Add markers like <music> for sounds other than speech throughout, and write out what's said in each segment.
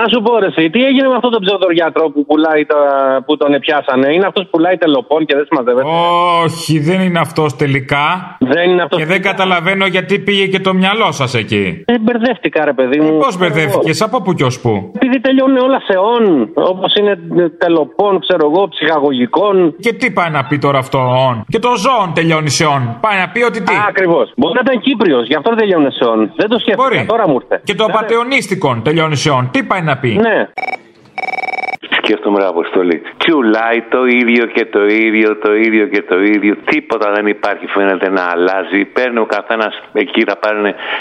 Να σου πω, ρε, εσύ, τι έγινε με αυτόν τον ψευδοριάτρο που, πουλάει τα- που τον πιάσανε. Είναι αυτός που πουλάει τελοπών και δεν συμμαζεύεται. Όχι, δεν είναι αυτός τελικά. Δεν είναι αυτός. Και δεν καταλαβαίνω γιατί πήγε και το μυαλό σας εκεί. Ε, μπερδεύτηκα, ρε παιδί μου. Πώς μπερδεύτηκες, από πού και ως πού. Επειδή τελειώνουν όλα σε όν, όπως είναι τελοπών, ξέρω εγώ, ψυχαγωγικών. Και τι πάει να πει τώρα αυτό ον. Και το ζώον τελειώνει σε ον. Πάει να πει ότι τι. Ακριβώς. Μπορεί να ήταν Κύπριος, γι' αυτό δεν τελειώνουν σε όν. Δεν το σκέφτηκα. Μπορεί. Τώρα μου ήρθε. Και το απαταιωνίστικον τελειώνει σε ον. Τι πάει να πει. Ναι. Σκέφτομαι ρε Αποστολή. Τσουλάει το ίδιο και το ίδιο, το ίδιο και το ίδιο. Τίποτα δεν υπάρχει φαίνεται να αλλάζει. Παίρνει ο καθένας εκεί, θα πάρει,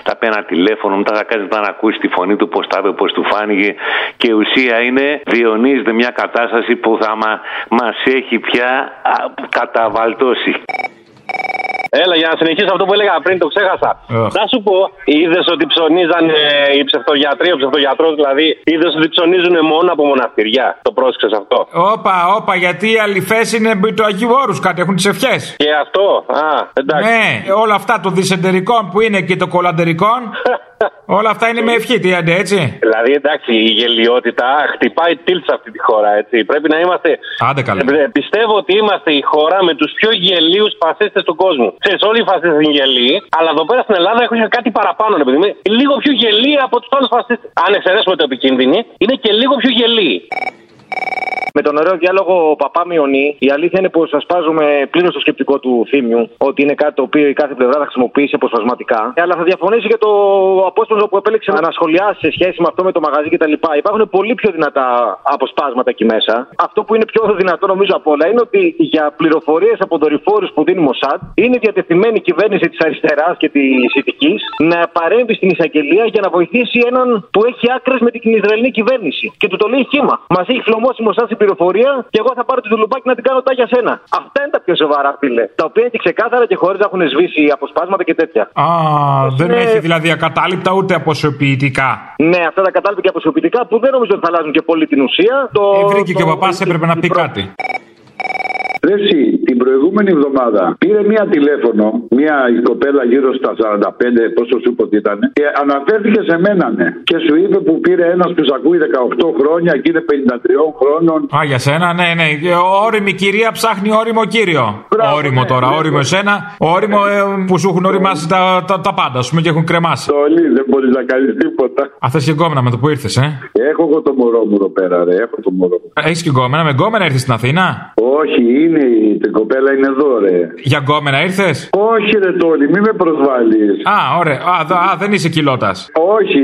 θα πει ένα τηλέφωνο, μετά θα κάνει να ακούσει τη φωνή του, πώς τα είπε, πώς του φάνηκε. Και η ουσία είναι διονύζεται μια κατάσταση που θα μα μας έχει πια α, καταβαλτώσει. Έλα, για να συνεχίσω αυτό που έλεγα πριν, το ξέχασα. Αχ. Να σου πω, είδες ότι ψωνίζαν οι ψευτογιατροί, ο ψευτογιατρός δηλαδή, είδες ότι ψωνίζουν μόνο από μοναστηριά. Το πρόσεξες αυτό. Όπα, όπα, γιατί οι αληφέ είναι μπι του Αγίου Όρους κάτι, έχουν τις ευχές. Και αυτό, α, εντάξει. Ναι, όλα αυτά των δυσεντερικών που είναι και των κολαντερικών, όλα αυτά είναι με ευχή, τι άντε, έτσι. Δηλαδή, εντάξει, η γελιότητα χτυπάει τίλτ σε αυτή τη χώρα, έτσι. Πρέπει να είμαστε. Άντε καλά. Ε, Πιστεύω ότι είμαστε η χώρα με τους πιο γελίους φασίστες του κόσμου. Ξέρεις, όλοι οι φασίστες είναι γελοί, αλλά εδώ πέρα στην Ελλάδα έχουν κάτι παραπάνω, ρε παιδί μου. Λίγο πιο γελοί από τους άλλους φασίστες. Αν εξαιρέσουμε το επικίνδυνοι, είναι και λίγο πιο γελοί. Με τον ωραίο διάλογο Παπά Μιονί, η αλήθεια είναι πως ασπάζομαι πλήρως το σκεπτικό του Θήμιου ότι είναι κάτι το οποίο η κάθε πλευρά θα χρησιμοποιήσει αποσπασματικά. Ε, Αλλά θα διαφωνήσει και το απόσπασμα που επέλεξε να ανασχολιάσει σε σχέση με αυτό με το μαγαζί κτλ. Υπάρχουν πολύ πιο δυνατά αποσπάσματα εκεί μέσα. Αυτό που είναι πιο δυνατό νομίζω απ' όλα είναι ότι για πληροφορίες από δορυφόρους που δίνει η Μοσάτ είναι διατεθειμένη η κυβέρνηση της αριστεράς και της ηθική να παρέμβει στην εισαγγελία για να βοηθήσει έναν που έχει άκρες με την Ισραηλινή κυβέρνηση. Και του το λέει χήμα. Μας έχει χλωμώσει η Μοσάτ στην πληροφορία και εγώ θα πάρω τη δουλουπάκι να την κάνω τάγια σένα. Αυτά είναι τα πιο σοβαρά, φίλε. Τα οποία είναι ξεκάθαρα και χωρίς να έχουν σβήσει αποσπάσματα και τέτοια. Α, δεν Ναι. έχει δηλαδή ακατάληπτα ούτε αποσιοποιητικά. Ναι, αυτά τα κατάλοιπα και αποσιοποιητικά που δεν νομίζω ότι θα αλλάζουν και πολύ την ουσία. Το, Ε, βρήκε το- και ο παπά έπρεπε να η πει προ- κάτι. Ρε εσύ, την προηγούμενη εβδομάδα πήρε μία τηλέφωνο, μία κοπέλα γύρω στα 45, πόσο σου είπα ότι ήταν, και αναφέρθηκε σε μένα, ναι. Και σου είπε που πήρε ένας που σε ακούει 18 χρόνια και είναι 53 χρόνων. Α, για σένα, ναι, ναι. Ε, Όριμη κυρία ψάχνει όριμο κύριο. Μπράβο, όριμο ναι, τώρα, ναι. όριμο εσένα. Όριμο ε, που σου έχουν οριμάσει τα, τα, τα πάντα, ας πούμε, και έχουν κρεμάσει. Στολή, δεν μπορείς να κάνεις τίποτα. Α, θες και γκόμενα με το που ήρθες, ε. Έχω εγώ το μωρό μου εδώ πέρα, ρε. Έχω το μωρό μου. Έχεις και γκόμενα, με γκόμενα ήρθες στην Αθήνα. Όχι, είναι η την κοπέλα, είναι εδώ, ρε. Για γκόμενα ήρθες. Όχι, ρε Τόλι, μην με προσβάλλεις. Α, ωραία. Α, δα- α, δεν είσαι κοιλότα. Όχι,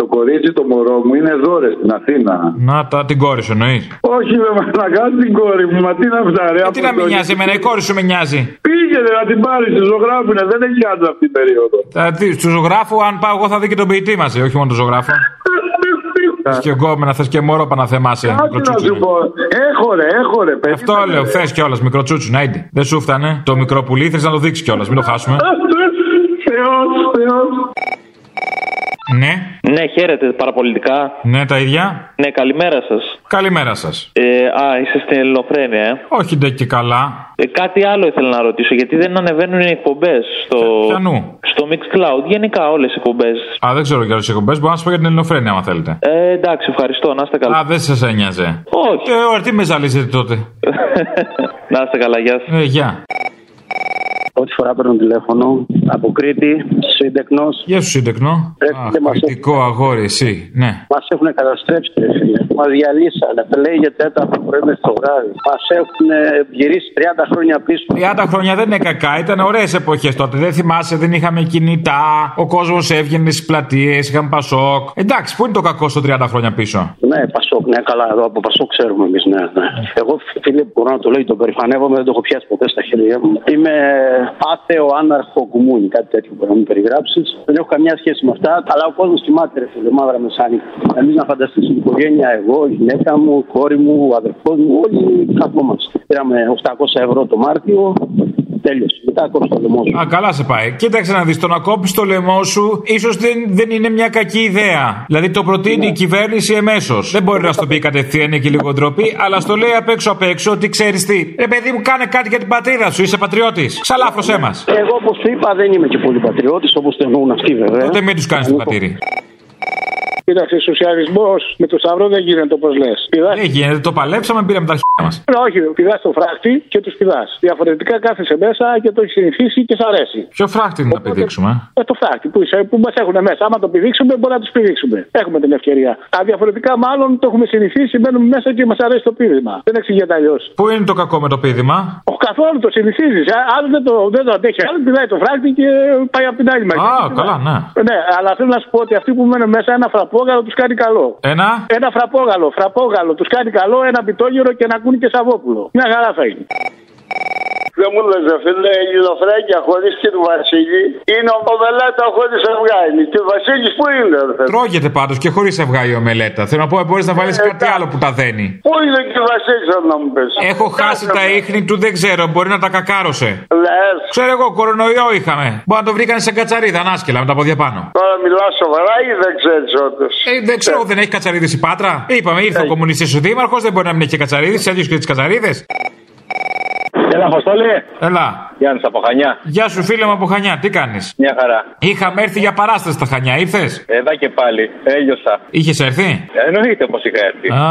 το κορίτσι, το μωρό μου είναι εδώ, ρε, στην Αθήνα. Να τα την κόρη σου εννοείς. Όχι, με μαλακά την κόρη μου, μα τι να φτάρει. Ε, τι να με νοιάζει, εμένα η κόρη σου με νοιάζει. Πήγαινε να την πάρει, τη ζωγράφουνε, δεν έχει άντρα αυτή την περίοδο. Θα δει, του ζωγράφου, αν πάω, εγώ θα δει και τον ποιητή μας, όχι μόνο τον ζωγράφο. Θες και γκόμενα, θες και μωρό παναθεμάσαι. Κάτι να σου πω. Έχω ρε, έχω ρε, παιδί. Αυτό λέω, θες κιόλας, μικρό τσούτσου, να είναι. Δεν σου φτάνε. Το μικρό πουλί θες να το δείξεις κιόλας, μην το χάσουμε. Θεός, Θεός. ναι, Ναι, χαίρετε παραπολιτικά. ναι, τα ίδια. Ναι, καλημέρα σας. Καλημέρα σας. Ε, α, είστε στην Ελληνοφρένεια, ε. Όχι ντε και καλά. ε. Κάτι άλλο ήθελα να ρωτήσω, γιατί δεν ανεβαίνουν οι εκπομπές στο. Πιανού. Στο Mix Cloud, γενικά όλες οι εκπομπές. Α, δεν ξέρω για του εκπομπές, μπορώ να σας πω για την ελληνοφρένεια, άμα θέλετε. Ε, εντάξει, ευχαριστώ, να είστε Α, καλά. δεν σας ένοιαζε. Όχι. Ε, ωραία, τι με ζαλίζετε τότε. να είστε καλά, γεια σας. Ε, γεια. Πρώτη φορά παίρνω τηλέφωνο από Κρήτη, σύντεκνος. Γεια σου, σύντεκνο. Ε, Αχ, δεν μας κριτικό αγόρι, εσύ. Ναι. Μας έχουν καταστρέψει, ρε φίλε. Μας διαλύσανε. Λέει για τέταρτο πρωί με στο βράδυ. Μας έχουν ε, γυρίσει 30 χρόνια πίσω. 30 χρόνια δεν είναι κακά, ήταν ωραίες εποχές τότε. Δεν θυμάσαι, δεν είχαμε κινητά. Ο κόσμος έβγαινε στις πλατείες, είχαμε πασόκ. Εντάξει, πού είναι το κακό στο 30 χρόνια πίσω. Ναι, Πασόκ, ναι, καλά. Εδώ από Πασόκ ξέρουμε εμείς, ναι, ναι. Εγώ, φίλε, μπορώ να το λέω, τον περηφανεύομαι, δεν το έχω πιάσει ποτέ στα χέρια μου. Είμαι άθεο, άναρχος κουμούνι, κάτι τέτοιο μπορεί να μου περιγράψεις. Δεν έχω καμιά σχέση με αυτά, αλλά ο κόσμος κοιμάται, ρε φίλε, μαύρα μεσάνυχτα. Εμείς να φανταστείς την οικογένεια, εγώ, η γυναίκα μου, η κόρη μου, ο αδερφός μου, όλοι καθόμαστε. Πήραμε 800 ευρώ το Μάρτιο, Τέλειωσε. Μετά κόψε το λαιμό σου. Α, καλά σε πάει. Κοίταξε να δεις, το να κόψει το λαιμό σου ίσως δεν, δεν είναι μια κακή ιδέα. Δηλαδή το προτείνει η κυβέρνηση εμέσως. Δεν μπορεί να στο πει κατευθείαν, είναι και λίγο ντροπή, αλλά στο λέει απ' έξω απ' έξω ότι ξέρεις τι. Ρε παιδί μου, κάνε κάτι για την πατρίδα σου, είσαι πατριώτης. Ξαλάφρωσέ μας. Εγώ, όπως σου είπα, δεν είμαι και πολύ πατριώτης, όπως το εννοούν αυτοί βέβαια. Τότε μην τους κάνεις το πατήρι. Κοίταξε, σοσιαλισμός με το Σταυρό δεν γίνεται όπως λες. Πηδάς. Δεν γίνεται, το παλέψαμε, πήραμε τα αρχαία μας. Ναι, Όχι, πηδάς το φράχτη και τους πηδάς. Διαφορετικά κάθεσαι μέσα και το έχεις συνηθίσει και σ' αρέσει. Ποιο φράχτη να πηδήξουμε. Ε, το φράχτη που, είσαι, που μας έχουν μέσα. Άμα το πηδήξουμε, μπορεί να τους πηδήξουμε. Έχουμε την ευκαιρία. Αν διαφορετικά, μάλλον το έχουμε συνηθίσει, μπαίνουμε μέσα και μας αρέσει το πίδημα. Δεν εξηγείται αλλιώς. Πού είναι το κακό με το πίδημα. Ο καθόλου το συνηθίζεις. Άλλο δεν το, δεν το αντέχει. Άλλο πηδάει το φράχτη και πάει από την άλλη μεριά. Α, καλά, ναι. Ναι, αλλά θέλω να σου πω ότι αυτοί που μένουν μέσα ένα φραπόγαλο τους κάνει καλό. Ένα. Ένα φραπόγαλο, φραπόγαλο τους κάνει καλό, ένα πιτόγυρο και να ακούνε και σαβόπουλο. Μια χαρά θα είναι. Δεν μου λες ρε φίλε, η Ελληνοφρέγκια χωρίς και του Βασίλη είναι ομοβελάτα χωρίς αυγάνη. Και ο Βασίλης που είναι ρε φίλε. Τρώγεται πάντως και χωρίς αυγά η ομελέτα. Θέλω να πω, μπορείς να Ε, βάλει κάτι άλλο που τα δένει. Πού είναι και ο Βασίλης θέλω να μου πεις. Έχω χάσει τα ίχνη του, δεν ξέρω, μπορεί να τα κακάρωσε. Λες, Ξέρω εγώ, κορονοϊό είχαμε. Μπορεί να το βρήκανε σε κατσαρίδα, ανάσκελα με τα πόδια πάνω. τώρα μιλάς σοβαρά ή δεν ξέρεις όντως. Ε, δεν ξέρω, δεν έχει κατσαρίδες η Πάτρα. Είπαμε, ήρθε ο κομμουνιστής ο δήμαρχος, δεν μπορεί να μην έχει κατσαρίδες, αλλιώ και τις κατσαρίδες. Έλα, Αποστόλη. Έλα. Γιάννης από Χανιά. Γεια σου, φίλε μου από Χανιά, τι κάνεις. Μια χαρά. Είχαμε έρθει για παράσταση στα Χανιά, ήρθες. Εδώ και πάλι. Έλειωσα. Είχες έρθει. Εννοείται πως είχα έρθει. Α,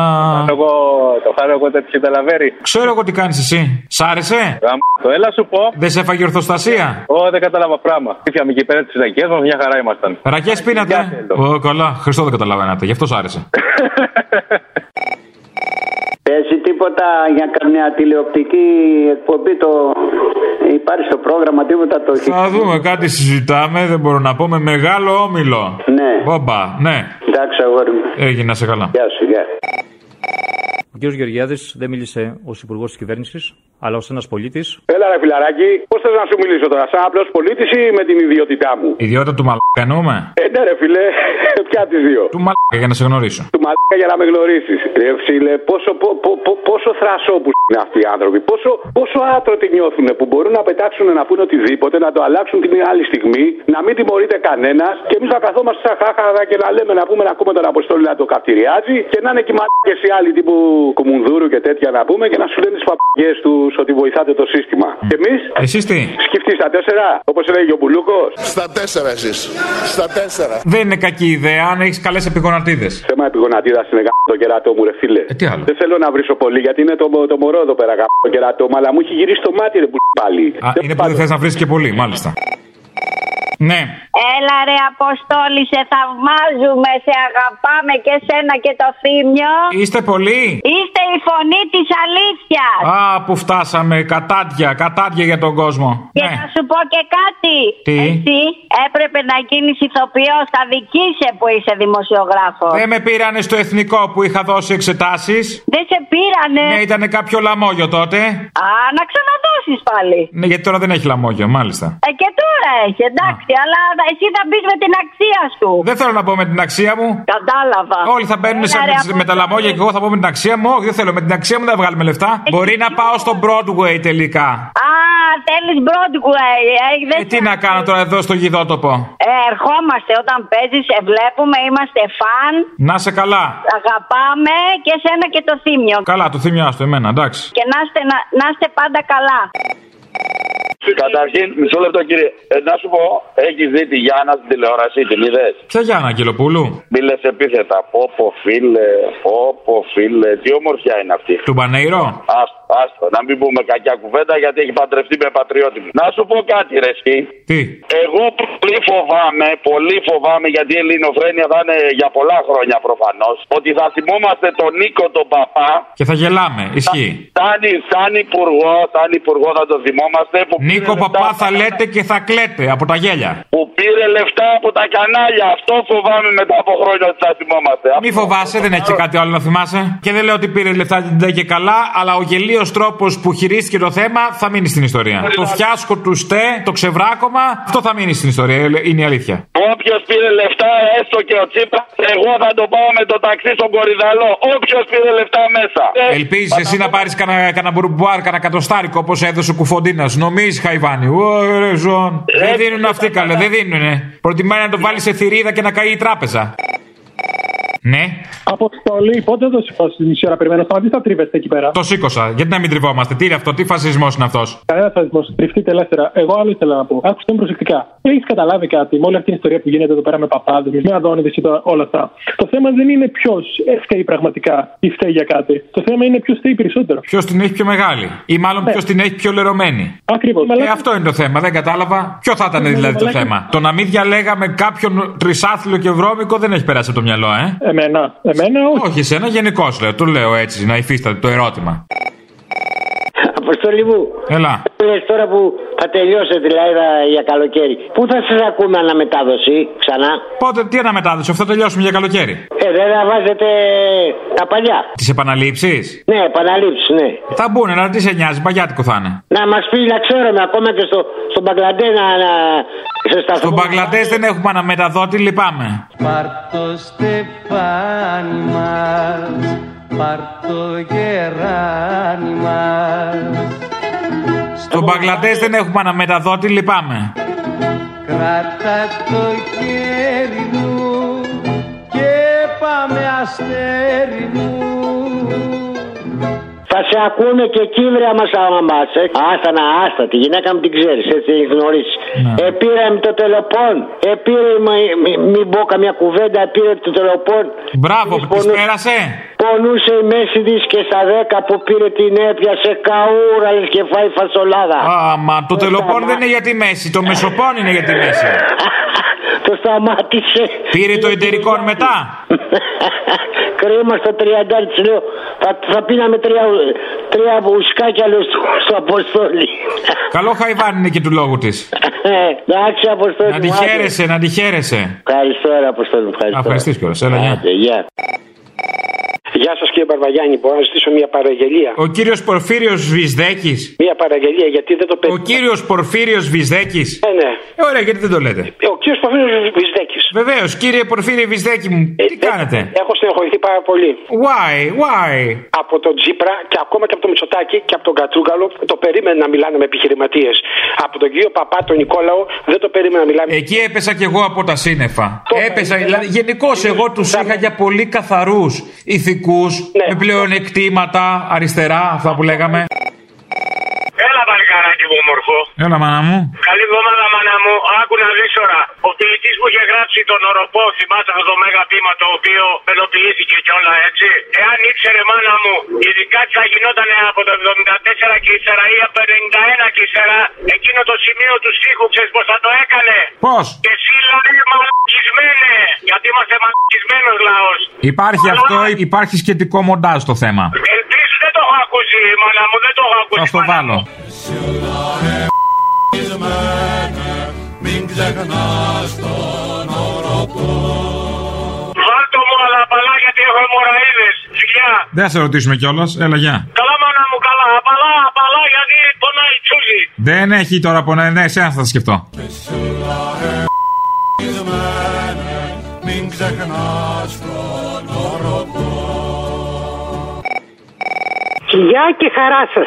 Εγώ, το χάρω εγώ δεν καταλαβαίνει. ξέρω εγώ τι κάνεις εσύ. Σ' άρεσε. Το έλα σου πω. Δεν σε έφαγε ορθοστασία. Ω, δεν κατάλαβα πράγμα. Ήφιαμε εκεί πέρα τις συνταγέ μας, μια χαρά ήμασταν. Ρακές Ε, πίνατε. Ω, καλά. Χριστό δεν καταλαβαίνατε, γι' αυτό σ' άρεσε. Παίζει τίποτα για καμιά τηλεοπτική εκπομπή το... Υπάρχει στο πρόγραμμα τίποτα το... Θα δούμε, κάτι συζητάμε, δεν μπορώ να πω με μεγάλο όμιλο. Ναι. Μπομπα, ναι. Εντάξει αγόρι μου. Έγινε να σε καλά. Γεια σου, γεια. Ο κ. Γεωργιάδης δεν μίλησε ως υπουργός της κυβέρνησης, αλλά ως ένας πολίτης. Έλα ρε φιλαράκι, πώς θες να σου μιλήσω τώρα, σαν απλός πολίτης ή με την ιδιότητά μου. Ιδιότητα του μαλάκα εννοούμε. Ε, ναι, ρε φιλέ, <laughs> ποια από τις δύο. Του μαλάκα για να σε γνωρίσω. Του μαλάκα για να με γνωρίσεις. Ρε φίλε, πόσο, πο, πο, πο, πόσο θρασόπου είναι αυτοί οι άνθρωποι. Πόσο, πόσο άτρωτοι νιώθουν που μπορούν να πετάξουν να πούνε οτιδήποτε, να το αλλάξουν την άλλη στιγμή, να μην τιμωρείται κανένας και εμείς να καθόμαστε σαν χάχαρα και να λέμε να πούμε να ακούμε τον Αποστόλη να το καυτηριάζει και να είναι και μαλάκες οι άλλοι τύπου Κουμουνδούρου και τέτοια να πούμε και να σου λένε τις παπαγιές τους ότι βοηθάτε το σύστημα. Και εμείς. Εσείς τι. Σκεφτείς τα τέσσερα, όπως έλεγε ο Μπουλούκος. Στα τέσσερα εσείς. Στα τέσσερα. Δεν είναι κακή ιδέα αν έχεις καλές επιγονατίδε. Θέμα επιγονατίδα είναι γα... το κεράτο μου, ρε φίλε. Ε, τι άλλο. Δεν θέλω να βρίσω πολύ γιατί είναι το, μο- το μωρό εδώ πέρα γα... το κεράτο μου, αλλά μου έχει γυρίσει το μάτι ρε που πάλι. Α, είναι που δεν θες να βρεις και πολύ, μάλιστα. Ναι, Έλα ρε Αποστόλη, σε θαυμάζουμε, σε αγαπάμε και σένα και το Θήμιο. είστε πολλοί. Είστε η φωνή της αλήθειας. Α, που φτάσαμε. Κατάτια, κατάτια για τον κόσμο. Και να Ναι. σου πω και κάτι. Τι? Εσύ έπρεπε να γίνεις ηθοποιός, θα δικήσε που είσαι δημοσιογράφος. Δεν με πήρανε στο εθνικό που είχα δώσει εξετάσεις. Δεν σε πήρανε. Ναι, ήταν κάποιο λαμόγιο τότε. Α, να ξαναδώσεις πάλι. Ναι, γιατί τώρα δεν έχει λαμόγιο, μάλιστα. Ε, και τώρα έχει, εντάξει, αλλά εσύ θα μπεις με την αξία σου. Δεν θέλω να πω με την αξία μου. Κατάλαβα. Όλοι θα μπαίνουν σε, Έλα, ρε, με τα Αποστόλη. λαμόγια και εγώ θα πω με την αξία μου. Όχι, δεν θέλω. Με την αξία μου δεν θα βγάλουμε λεφτά. Μπορεί να πάω στο Broadway τελικά. Α, θέλεις Broadway. Ε, δεν Ε, τι να κάνω τώρα εδώ στο γηδότοπο. Ε, ερχόμαστε όταν παίζεις, σε βλέπουμε, είμαστε φαν. Να σε καλά. Αγαπάμε και σένα και το θύμιο. Καλά, το θύμιο άστο εμένα, εντάξει. Και να είστε, να, να είστε πάντα καλά. Καταρχήν, μισό λεπτό κύριε. Ε, να σου πω, έχει δει τη Γιάννα στην τηλεόραση, την είδες. Ποια Γιάννα Αγγελοπούλου, Μίλε επίθετα. Πόπο φίλε, πόπο φίλε. Τι ομορφιά είναι αυτή. του Μπανέιρο. Άστο, άστο, να μην πούμε κακιά κουβέντα γιατί έχει παντρευτεί με πατριώτη μου. Να σου πω κάτι, ρε εσύ. Τι. Εγώ πολύ φοβάμαι, πολύ φοβάμαι γιατί η ελληνοφρένεια θα είναι για πολλά χρόνια προφανώς. Ότι θα θυμόμαστε τον Νίκο τον παπά. Και θα γελάμε, ισχύει. Σαν, σαν υπουργό, σαν υπουργό θα το θυμόμαστε. Που πήρε Νίκο λεφτά Παπά από τα θα λέτε και θα κλαίτε από τα γέλια. που πήρε λεφτά από τα κανάλια. Αυτό φοβάμαι μετά από χρόνια ότι θα θυμόμαστε. Μη Αυτό- φοβάσαι, δεν έχει και κάτι άλλο να θυμάσαι. Και δεν λέω ότι πήρε λεφτά την και καλά, αλλά ο γελίος τρόπος τρόπο που χειρίστηκε το θέμα θα μείνει στην ιστορία. Το φιάσκο του ΣΤΕ, το ξεβράκωμα, αυτό θα μείνει στην ιστορία. ε, Είναι η αλήθεια. Όποιος πήρε λεφτά, έστω και ο Τσίπρας, εγώ θα τον πάω με το ταξί στον Κορυδαλό. Όποιος πήρε λεφτά μέσα. Ελπίζεις Ε, εσύ να πάρεις κανένα κανα μπουρμπουάρ, κανένα κατοστάρικο όπως έδωσε ο Κουφοντίνας. Νομίζεις, Χαϊβάνι. Ωραία, ζών. Ε, Δεν δίνουν αυτοί καλά, δεν δίνουν. Προτιμάει να το βάλει σε θηρίδα και να καεί η τράπεζα. Ναι. Αποστολή, πότε δεν το σηκώσεις την μισή ώρα περιμένω. Σταματήστε να τρίβεστε εκεί πέρα. Το σήκωσα. Γιατί να μην τριβόμαστε. Τι είναι αυτό, τι φασισμός είναι αυτός. Κανένα θεσμό. Τριφτείτε ελεύθερα. Εγώ άλλο ήθελα να πω. Άκουστε με προσεκτικά. Έχεις καταλάβει κάτι με όλη αυτή την ιστορία που γίνεται εδώ πέρα με παπάδες, με αδόνιδε και τα- όλα αυτά. Το θέμα δεν είναι ποιος φταίει πραγματικά ή φταίει για κάτι. Το θέμα είναι ποιος φταίει περισσότερο. Ποιος την έχει πιο μεγάλη. Ή μάλλον Ναι. ποιος την έχει πιο λερωμένη. Ακριβώς. Ε, αυτό είναι το θέμα. Δεν κατάλαβα. Ποιο θα ήταν δηλαδή το Ναι, μαλάκα. θέμα. Το να μην διαλέγαμε κάποιον τρισάθλιο και βρώμικο δεν έχει περάσει από το μυαλό, ε. Εμένα. Εμένα όχι. Όχι, εσένα γενικώ λέω. Το λέω έτσι, να υφίσταται το ερώτημα. Αποστολή μου. Έλα. Λες τώρα που θα τελειώσετε δηλαδή θα- για καλοκαίρι. Πού θα σας ακούμε αναμετάδοση ξανά. Πότε, τι αναμετάδοση, αυτό τελειώσουμε για καλοκαίρι. Ε, δεν θα βάζετε τα παλιά. Τις επαναλήψεις. Ναι, επαναλήψεις, ναι. Θα μπουν, αλλά τι σε νοιάζει, παγιάτικο θα είναι. Να μας πει να ξέρουμε ακόμα και στο, στο Μπαγκλαντέ να, να σε σταθμό. Στον Παγκλαντέ δεν έχουμε αναμεταδότη, λυπάμαι. Πάρ το στεφάνι μας, πάρ το γεράνι μας, Ε, Στον Παγκλαντέ δεν έχουμε αναμεταδότη, λυπάμαι. κράτα το χέρι μου και πάμε αστέρι μου. Θα σε ακούνε και κύβρια μας άμα μας. Ε. Άστα να άστα, τη γυναίκα μου την ξέρεις, έτσι την έχεις γνωρίσει. Ναι. Ε, πήρε με το τελοπόν, ε, πήρε, μη- μη- μην πω καμιά κουβέντα, ε, πήρε το τελοπόν. Μπράβο, Της της πονού- πέρασε. Πονούσε η μέση της και στα 10 που πήρε την έπιασε καούρα λες και φάει φασολάδα. Άμα το τελοπόν δεν είναι για τη μέση, το μεσοπόν είναι για τη μέση. Το σταμάτησε. Πήρε το εταιρικό μετά. <laughs> Κρίμα στο 30 της λέω, θα, θα πίναμε τρία, τρία ουσκάκια λέω στο, στο Αποστόλη. <laughs> Καλό χαϊβάν είναι και του λόγου της. Ε, Εντάξει Αποστόλη. Να τη μου, άντε. χαίρεσαι, να τη χαίρεσαι. Ευχαριστώ ρε Αποστόλη, μου, Να ευχαριστώ. ευχαριστεί κιόλας. Έλα, γεια. Άντε, γεια. Γεια σας κύριε Μπαρβαγιάννη, μπορώ να ζητήσω μια παραγγελία. Ο κύριος Πορφύριος Βυσδέκης. Μια παραγγελία, γιατί δεν το Ο κύριος Πορφύριος Βυσδέκης. Ναι, ναι. Ε, ωραία, γιατί δεν το λέτε. Ο κύριος Πορφύριος Βυσδέκης. Βεβαίως, κύριε Πορφύριο Βυσδέκη μου, τι κάνετε. Ε, Έχω στενοχωρηθεί πάρα πολύ. Why, why. Από τον Τζίπρα και ακόμα και από τον Μητσοτάκη και από τον Κατρούγκαλο το περίμενα να μιλάνε με επιχειρηματίες. Από τον κύριο Παπά, τον Νικόλαο, δεν το περίμενα να μιλάμε. Εκεί έπεσα κι εγώ από τα σύννεφα. Έπεσα, δηλαδή, γενικώς εγώ τους Ναι. είχα για πολύ καθαρούς ηθικούς, με πλεονεκτήματα, αριστερά, αυτά που λέγαμε. Έλα βαλκαράκι μου όμορφο. Έλα, μάνα μου. Καλή εβδομάδα μάνα μου. Άκου να δεις τώρα. Ο ποιητής που είχε γράψει τον οροπό, θυμάσαι αυτό το μέγα πείμα το οποίο πελοποιήθηκε και όλα έτσι. Εάν ήξερε μάνα μου, ειδικά τι θα γινόταν από το 74 και ύστερα ή από το 91 και ύστερα, εκείνο το σημείο του στίχου ξέρεις πως θα το έκανε. Πώς. Και εσύ λαέ μαλακισμένε, γιατί είμαστε μαλακισμένος λαός. Υπάρχει αυτό, υπάρχει σχετικό μοντάζ το θέμα. Ελπίζω δεν το έχω ακούσει μάνα μου, δεν το έχω ακούσει. Θα στο βάλω. Μην ξεχνάς τον Βάλτο μου αλλά απαλά γιατί έχω αιμορραίδες. Γεια. Δεν θα σε ρωτήσουμε κιόλας. Έλα, γεια. Καλά μάνα μου καλά. Απαλά, απαλά γιατί πονάει η τσούζη. Δεν έχει τώρα που ναι, ναι, εσένα θα τα σκεφτώ. ε, Μην ξεχνάς τον Γεια και χαρά σας.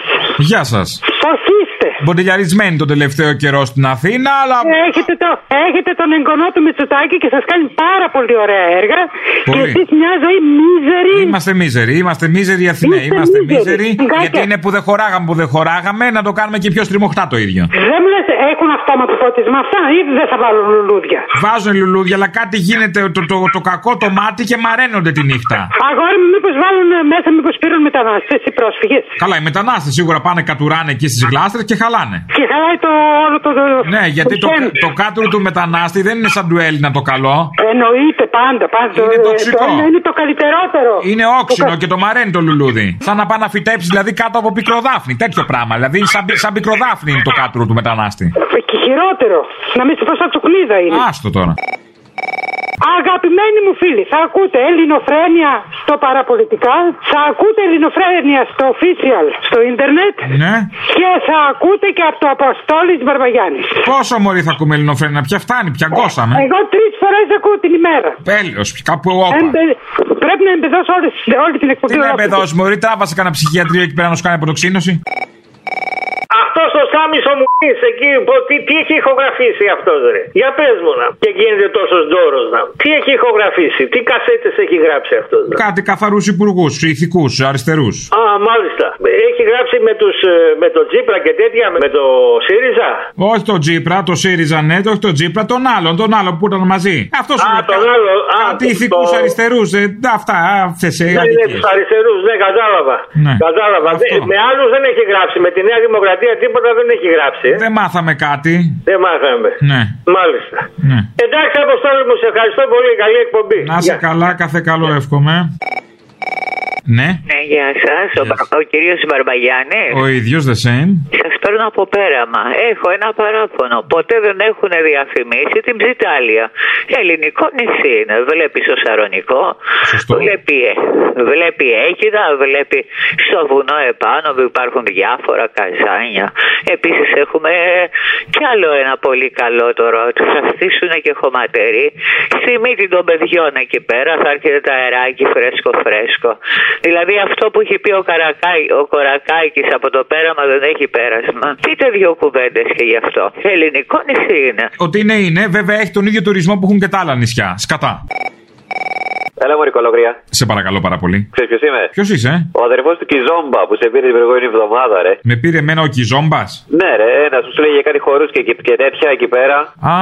Γεια σα. Πώ είστε. Μποντιλιαρισμένη τον τελευταίο καιρό στην Αθήνα, αλλά. Ε, Έχετε, το, έχετε τον εγγονό του Μητσοτάκη και σας κάνει πάρα πολύ ωραία έργα. Πολύ. Και εσείς μια ζωή μίζερη. Είμαστε μίζεροι, είμαστε μίζεροι Αθηναίοι, Είστε είμαστε μίζεροι. μίζεροι. Γκάκια. Γιατί είναι που δεν χωράγαμε, που δεν χωράγαμε, να το κάνουμε και πιο στριμωχτά το ίδιο. Δεν μου λες, έχουν αυτόματο φωτισμό αυτά ή δεν θα βάλουν λουλούδια. Βάζουν λουλούδια, αλλά κάτι γίνεται το, το, το, κακό το μάτι και μαραίνονται τη νύχτα. Αγόρι μου, μήπως βάλουν ε, μέσα, μήπως πήρουν μετανάστες ή πρόσφυγες. Καλά, οι μετανάστες σίγουρα πάνε κατουράνε εκεί στις γλάστρες και χαλάνε. Και χαλάει το όλο το. το Ναι, γιατί το, το κάτω του μετανάστη δεν είναι σαν του Έλληνα το καλό. Εννοείται πάντα, πάντα. Είναι Ε, τοξικό. Ε- Το ένα είναι το καλύτερότερο. Είναι όξινο και το μαραίνει το λουλούδι. Σαν να πάει να φυτέψει δηλαδή κάτω από πικροδάφνη. Τέτοιο πράγμα. Δηλαδή σαν, πι- σαν πικροδάφνη είναι το κάτρο του μετανάστη. Και χειρότερο. Να μην σου πω σαν τσουκλίδα είναι. Άστο τώρα. Αγαπημένοι μου φίλοι, θα ακούτε ελληνοφρένεια στο παραπολιτικά, θα ακούτε ελληνοφρένεια στο official στο ίντερνετ Ναι. και θα ακούτε και από το Αποστόλη Μπαρμπαγιάννης. Πόσο μωρή θα ακούμε ελληνοφρένα, πια φτάνει, πια γκώσαμε. Εγώ τρεις φορές ακούω την ημέρα. Τέλος, κάπου όπα. Εμπε- Πρέπει να εμπεδώσω όλες, Ε, όλη την εκπομπή. Τι να όλα αυτά. παιδός, μωρή, τράβασε κανένα ψυχιατρίο εκεί πέρα να σου κάνει αποτοξίνωση. Αυτός ο Σάμις ο Μουνής εκεί, πω- τι, τι έχει ηχογραφήσει αυτός, ρε. Για πες μου να. Και γίνεται τόσος ντόρο να. Τι έχει ηχογραφήσει, τι κασέτες έχει γράψει αυτός. Κάτι καθαρούς υπουργούς, ηθικούς, αριστερούς. Α, μάλιστα. Έχει γράψει με, τους, ε, με τον Τζίπρα και τέτοια, με το ΣΥΡΙΖΑ. Όχι τον Τζίπρα, το ΣΥΡΙΖΑ, ναι, όχι τον Τζίπρα, τον άλλον, τον άλλον που ήταν μαζί. Αυτός Α, τον άλλο. Α, Κάτι ηθικού το- αριστερούς, ε, αυτά, αυτές οι Ναι, ναι, αδικίες. τους αριστερούς, ναι, κατάλαβα. Ναι. κατάλαβα. Δε- με άλλους δεν έχει γράψει. Με τη Νέα Δημοκρατία τίποτα δεν έχει γράψει. ε. Δεν μάθαμε κάτι. Δεν μάθαμε. Ναι. Μάλιστα. Ναι. Εντάξει, Αποστόλη μου, σε ευχαριστώ πολύ. Καλή εκπομπή. Να σε Γεια. καλά, κάθε καλό εύχομαι. Ναι, Ναι, γεια σας. Ο, Μπα- ο κύριος Μπαρμπαγιάννης. Ε. ο ίδιος the same. Σας παίρνω από πέραμα. Έχω ένα παράπονο. Ποτέ δεν έχουν διαφημίσει την Ψιτάλια. Ελληνικό νησί είναι. Βλέπεις το Σαρονικό. Βλέπει, ε, βλέπει Αίγυδα. Βλέπει στο βουνό επάνω που υπάρχουν διάφορα καζάνια. Επίσης έχουμε ε, κι άλλο ένα πολύ καλό τώρα. Του θα στήσουν και χωματερή. Στη μύτη των παιδιών εκεί πέρα θα έρχεται τα αεράκι φρέσκο φρέσκο. Δηλαδή αυτό που έχει πει ο, Καρακάη, ο Κορακάκης από το πέραμα δεν έχει πέρασμα. Πείτε δύο κουβέντες και γι' αυτό. Ελληνικό νησί είναι. Ότι είναι, είναι, βέβαια έχει τον ίδιο τουρισμό που έχουν και τα άλλα νησιά. Σκατά. Έλα μου, Νικολόγρια. Σε παρακαλώ πάρα πολύ. Ξέρεις ποιος είμαι. Ποιος είσαι, ε? Ο αδερφός του Κιζόμπα που σε πήρε την προηγούμενη εβδομάδα, ρε. με πήρε εμένα ο Κιζόμπας. Ναι, ρε, ένα που σου λέει για κάτι χορούς και, και τέτοια εκεί πέρα. Α,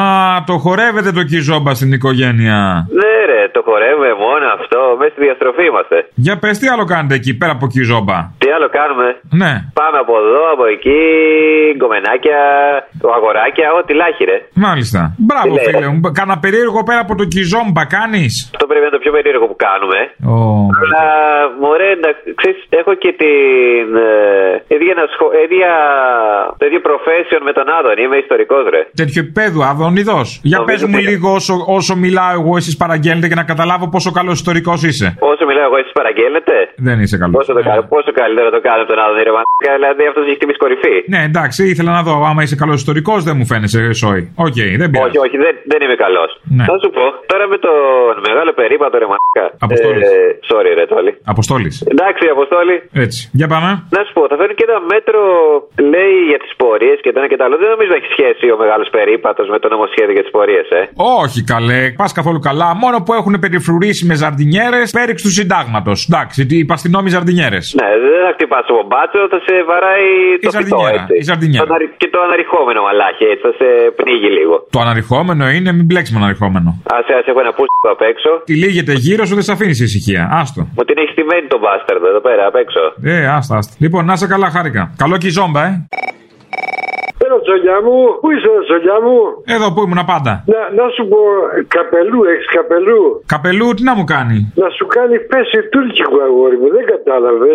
το χορεύετε το Κιζόμπα στην οικογένεια. Ναι, ρε, το χορεύουμε μόνο αυτό. Μέσα στη διαστροφή είμαστε. Για πες, τι άλλο κάνετε εκεί πέρα από Κιζόμπα. Τι άλλο κάνουμε. Ναι. Πάμε από εδώ, από εκεί, γκομενάκια, αγοράκια, ό,τι λάχει, ρε. Μάλιστα. Μπράβο, Τι λέει, φίλε μου. Κάνα περίεργο πέρα από το Κιζόμπα, κάνεις. Αυτό πρέπει να είναι το πιο ε. περίεργο που κάνουμε. Αλλά μωρέ, εντάξει, ξέρεις, έχω και την ε, ίδια, ανασχο- ίδια, το ίδιο profession με τον Άδων. Είμαι ιστορικός ρε. Τέτοιο επίπεδο, αδονιδό. Για πε Νομίζω μου ότι- λίγο όσο, όσο μιλάω εγώ, εσείς παραγγέλνετε για να καταλάβω πόσο καλός ιστορικός είσαι. Όσο μιλάω εγώ, εσείς παραγγέλνετε. Δεν είσαι Ναι. καλός. Πόσο, το, κα- πόσο καλύτερα το κάνω τον Άδων, ρε μαλάκα, δηλαδή αυτός έχει χτυπήσει κορυφή. Ναι, εντάξει, ήθελα να δω. Άμα είσαι καλός ιστορικός, δεν μου φαίνεσαι, ε, Σόι. Οκ, δεν πειράζει. Όχι, όχι, δεν, δεν είμαι καλός. Ναι. Θα σου πω, τώρα με τον μεγάλο περίπατο ρε μαλάκα. Αποστόλης. Ε, sorry ρε Τόλη. Αποστόλης. Εντάξει, Αποστόλη. Έτσι. Για πάμε. Να σου πω, θα φέρουν και ένα μέτρο, λέει, για τις πορείες και το ένα και το άλλο. Δεν νομίζω να έχει σχέση ο μεγάλος περίπατος με το νομοσχέδιο για τις πορείες, ε. Όχι καλέ, πας καθόλου καλά. Μόνο που έχουν περιφρουρήσει με ζαρδινιέρες πέριξ του συντάγματος. Εντάξει, τι- οι παστινόμοι ζαρδινιέρες. Ναι, δεν θα χτυπά ο μπάτσο, θα σε βαράει το φυτό, ζαρδινιέρα, έτσι. η ζαρδινιέρα. Το αναρι- Και το αναρριχόμενο μαλάκι, έτσι, θα σε πνίγει λίγο. Το αναρριχόμενο είναι, μην μπλέξεις με αναρριχόμενο. Ας σε ας έχω ένα πούστο απ' έξω. Τη λύγεται γύρω σου, δεν σε αφήνεις ησυχία. Άστο. Μου την έχεις στημένη τον μπάσταρδο εδώ πέρα απ' έξω. Ε, άστα, άστα. Λοιπόν, να σε καλά, χάρηκα. Καλό και η ζόμπα, ε. Έλα, τσολιά μου, πού είσαι, ρε, τσολιά μου. Εδώ που ήμουν πάντα. Να, να σου πω, καπελού, έχεις καπελού. Καπελού, τι να μου κάνει. Να σου κάνει πέση τουρκικού αγόρι μου, δεν κατάλαβες.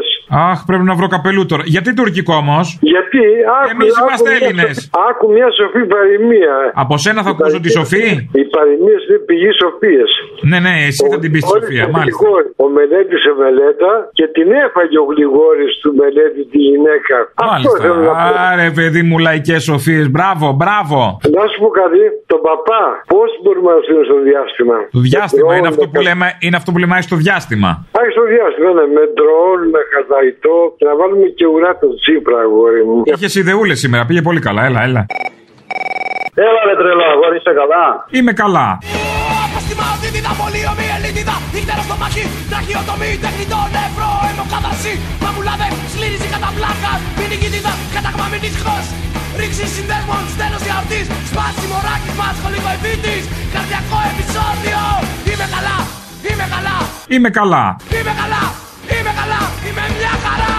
Αχ, πρέπει να βρω καπελού τώρα. Γιατί τουρκικό όμως. Γιατί άκου, Εμείς είμαστε άκου μια Έλληνες. σο- Άκου μια σοφή παροιμία. Από σένα θα ακούσω τη σοφή. Οι παροιμίε είναι πηγή σοφίας. Ναι, ναι, εσύ θα την πεις τη σοφία, μάλιστα. Ο Μελέτης σε μελέτα και την έφαγε ο γλυγόρης του Μελέτη τη γυναίκα. Αυτό θέλω να Μάλιστα. πω. Άρε, παιδί μου, λαϊκές σοφίε. Μπράβο, μπράβο. Να σου πω κάτι, τον παπά, πώς μπορούμε να στείλουμε στο διάστημα. Το διάστημα Με είναι αυτό drone, που λέμε, είναι αυτό που λέμε στο διάστημα. Α, στο διάστημα, ναι, με ντρόλ, με χαρταϊτό και να βάλουμε και ουρά τον Τσίπρα, αγόρι μου. Είχες ιδεούλες σήμερα, πήγε πολύ καλά. Έλα, έλα. Έλα, ρε τρελό, αγόρι, είσαι καλά. Είμαι καλά. Νύχτερο στο μαχί, τραχιοτομή, τεχνητό νεύρο, αιμοκαταρσή Παπουλάδε, σλήριζε κατά πλάκα, πίνει κοιτίδα, καταγμαμή νυχτός Ρίξη συνδέσμων, στένος διαρτής, σπάσιμο ράκισμα, σχολικό εμφύτης Καρδιακό επεισόδιο, είμαι καλά, είμαι καλά, Είμαι καλά. είμαι καλά, είμαι καλά, είμαι μια χαρά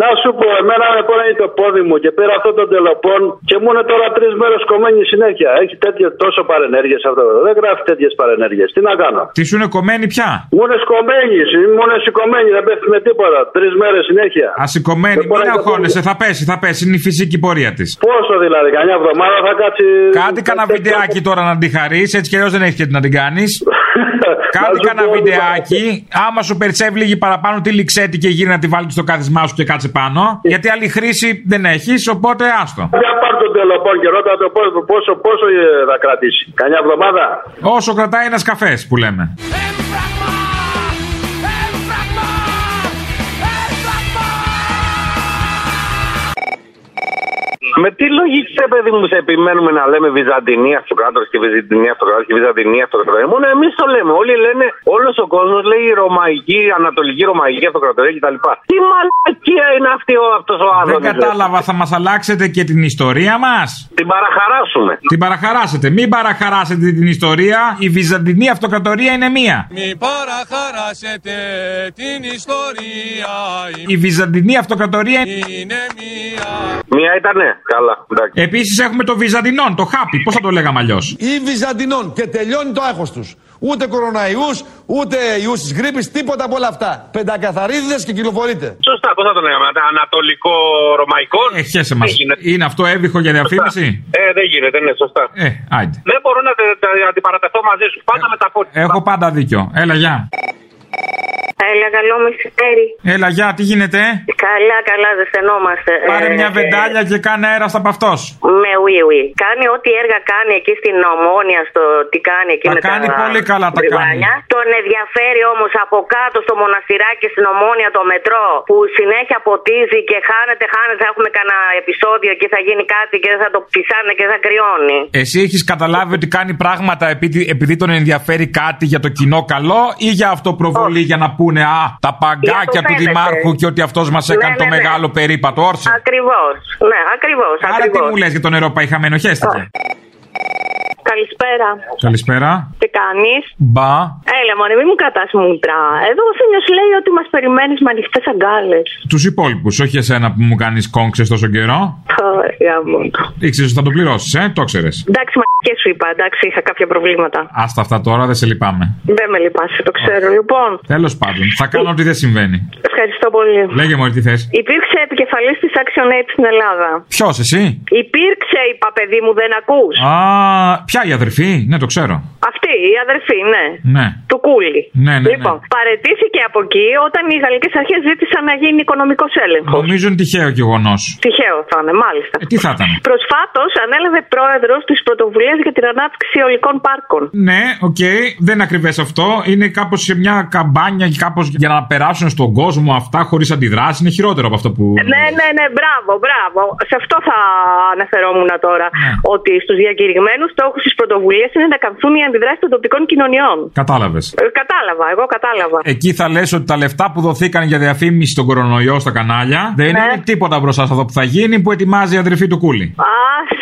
Να Να σου πω, εμένα με πόναγε το πόδι μου και πήρα αυτόν τον τελοπών και μου είναι τώρα τρεις μέρες κομμένη συνέχεια. Έχει τέτοιες τόσο παρενέργειες αυτό εδώ. Δεν γράφει τέτοιες παρενέργειες. Τι να κάνω. Τι σου είναι κομμένη πια. Μου είναι σκομμένη, μου είναι σηκωμένη, δεν πέφτει με τίποτα. Τρεις μέρες συνέχεια. Ασηκωμένη, Δεν μπορεί μην να αγχώνεσαι, θα πέσει, θα πέσει. Είναι η φυσική πορεία της. Πόσο δηλαδή, κανένα εβδομάδα θα κάτσει. Κάντε κανένα βιντεάκι τώρα να την χαρείς, έτσι κι αλλιώς δεν έχεις και τι να την κάνεις. <laughs> Κάντε κανένα βιντεάκι. Άμα σου περισσεύει λίγη παραπάνω τη λιξέτη και γύρι να τη βάλεις στο κάθισμά σου και κάτσε πάνω. Γιατί άλλη χρήση δεν έχεις, οπότε άστο. Για πάρ τον τελοπών και ρώτα το πόσο, πόσο, πόσο ε, θα κρατήσει. Κανιά εβδομάδα. Όσο κρατάει ένας καφές που λέμε. Με τι λογική, ρε παιδί μου, σε επιμένουμε να λέμε Βυζαντινή αυτοκράτορα και Βυζαντινή αυτοκράτορα και Βυζαντινή αυτοκράτορα. Ε, Μόνο εμείς το λέμε. Όλοι λένε, όλος ο κόσμος λέει Ρωμαϊκή, Ανατολική Ρωμαϊκή αυτοκρατορία κτλ. Τι μαλακία είναι αυτή ο, αυτός ο Δεν άνθρωπο. κατάλαβα, θα μας αλλάξετε και την ιστορία μας. Την παραχαράσουμε. Την παραχαράσετε. Μην παραχαράσετε την ιστορία. Η Βυζαντινή Αυτοκρατορία είναι μία. Μη παραχαράσετε την ιστορία. Η Βυζαντινή Αυτοκρατορία Είναι μία. Μία ήτανε. Καλά. Επίσης έχουμε το Βυζαντινόν, το χάπι. Πώς θα το λέγαμε αλλιώς. Ή Βυζαντινών και τελειώνει το άγχος τους. Ούτε κοροναϊούς, ούτε ιούς της γρήπης, τίποτα από όλα αυτά. Πεντακαθαρίδες και κυκλοφορείτε. Σωστά, πώς θα το λέγαμε, τα ανατολικό ρωμαϊκό. Ε, χέσε μα. Είναι αυτό έβυχο για διαφήμιση. Ε, δεν γίνεται, ναι, σωστά. Ε, άιντε. Δεν μπορώ να τε- τε- αντιπαρατεθώ μαζί σου. Πάντα με τα πόδια. Έχω πάντα δίκιο. Έλα, γεια. Έλα, καλό μεσημέρι. Έλα, γεια, τι γίνεται. Καλά, καλά, δεν στενόμαστε. Πάρε Ε, μια βεντάλια και κάνε αέρα στα παυτό. Με ουι, ουι. Κάνει ό,τι έργα κάνει εκεί στην Ομόνια, στο τι κάνει εκεί Ε, Τα με κάνει τα πολύ καλά, τα κάνει. μπριβάνια. Τον ενδιαφέρει όμως από κάτω στο μοναστηράκι στην Ομόνια το μετρό που συνέχεια ποτίζει και χάνεται, χάνεται. Θα έχουμε κανένα επεισόδιο και θα γίνει κάτι και δεν θα το πισάνε και θα κρυώνει. Εσύ έχεις καταλάβει ότι κάνει πράγματα επειδή, επειδή τον ενδιαφέρει κάτι για το κοινό καλό ή για αυτοπροβολή για να πούνε Α, τα παγκάκια του φαίνεται. Δημάρχου και ότι αυτός μας Ναι, έκανε το ναι, ναι. μεγάλο περίπατο. Όρσε. Ακριβώς. Ναι, ακριβώς. Άρα τι μου λες για το νερό που είχαμε ενοχέστηκε. Καλησπέρα. Καλησπέρα. Τι κάνεις. Μπα. Έλα, μωρέ, μην μου κρατάς μούτρα. Εδώ ο Θήμιο λέει ότι μας περιμένεις με ανοιχτές αγκάλες. Τους υπόλοιπους, όχι εσένα που μου κάνεις κόνξε τόσο καιρό. Ωραία μου. Ήξερες ότι θα το πληρώσεις, ε, το ξέρε. Εντάξει, μα και σου είπα, εντάξει, είχα κάποια προβλήματα. Άστα αυτά τώρα, δεν σε λυπάμαι. Δεν με λυπάσαι, το ξέρω. Λοιπόν, Τέλος πάντων, θα κάνω ότι δεν συμβαίνει. ευχαριστώ πολύ. Λέγε μου, τι θες. Υπήρξε επικεφαλής της Action Aid στην Ελλάδα. Ποιος, εσύ. Υπήρξε, είπα, παιδί μου, δεν ακούς. Α, ποια η αδερφή, ναι, το ξέρω. Αυτή η αδερφή, ναι. Ναι. Του κούλι. Ναι, ναι, ναι. λοιπόν, παρετήθηκε από εκεί όταν οι γαλλικές αρχές ζήτησαν να γίνει οικονομικός έλεγχος. Νομίζω είναι τυχαίο γεγονός. Τυχαίο θα είναι, μάλιστα. Ε, τι θα ήταν. Προσφάτως ανέλαβε πρόεδρος της πρωτοβουλίας για την ανάπτυξη ολικών πάρκων. Ναι, οκ, δεν είναι ακριβές αυτό. Είναι κάπως σε μια καμπάνια και κάπως για να περάσουν στον κόσμο αυτά χωρίς αντιδράσεις. Είναι χειρότερο από αυτό που. Ναι, ναι, ναι, μπράβο, μπράβο. Σε αυτό θα αναφερόμουν τώρα. Ναι. Ότι στους διακηρυγμένους στόχους της πρωτοβουλίας είναι να καμφθούν οι αντιδράσεις των τοπικών κοινωνιών. Κατάλαβες. Ε, κατάλαβα, εγώ κατάλαβα. Εκεί θα λες ότι τα λεφτά που δοθήκαν για διαφήμιση στον κορονοϊό στα κανάλια δεν Ναι. είναι τίποτα μπροστά σε αυτό που θα γίνει που ετοιμάζει η αδερφή του Κούλη. Α,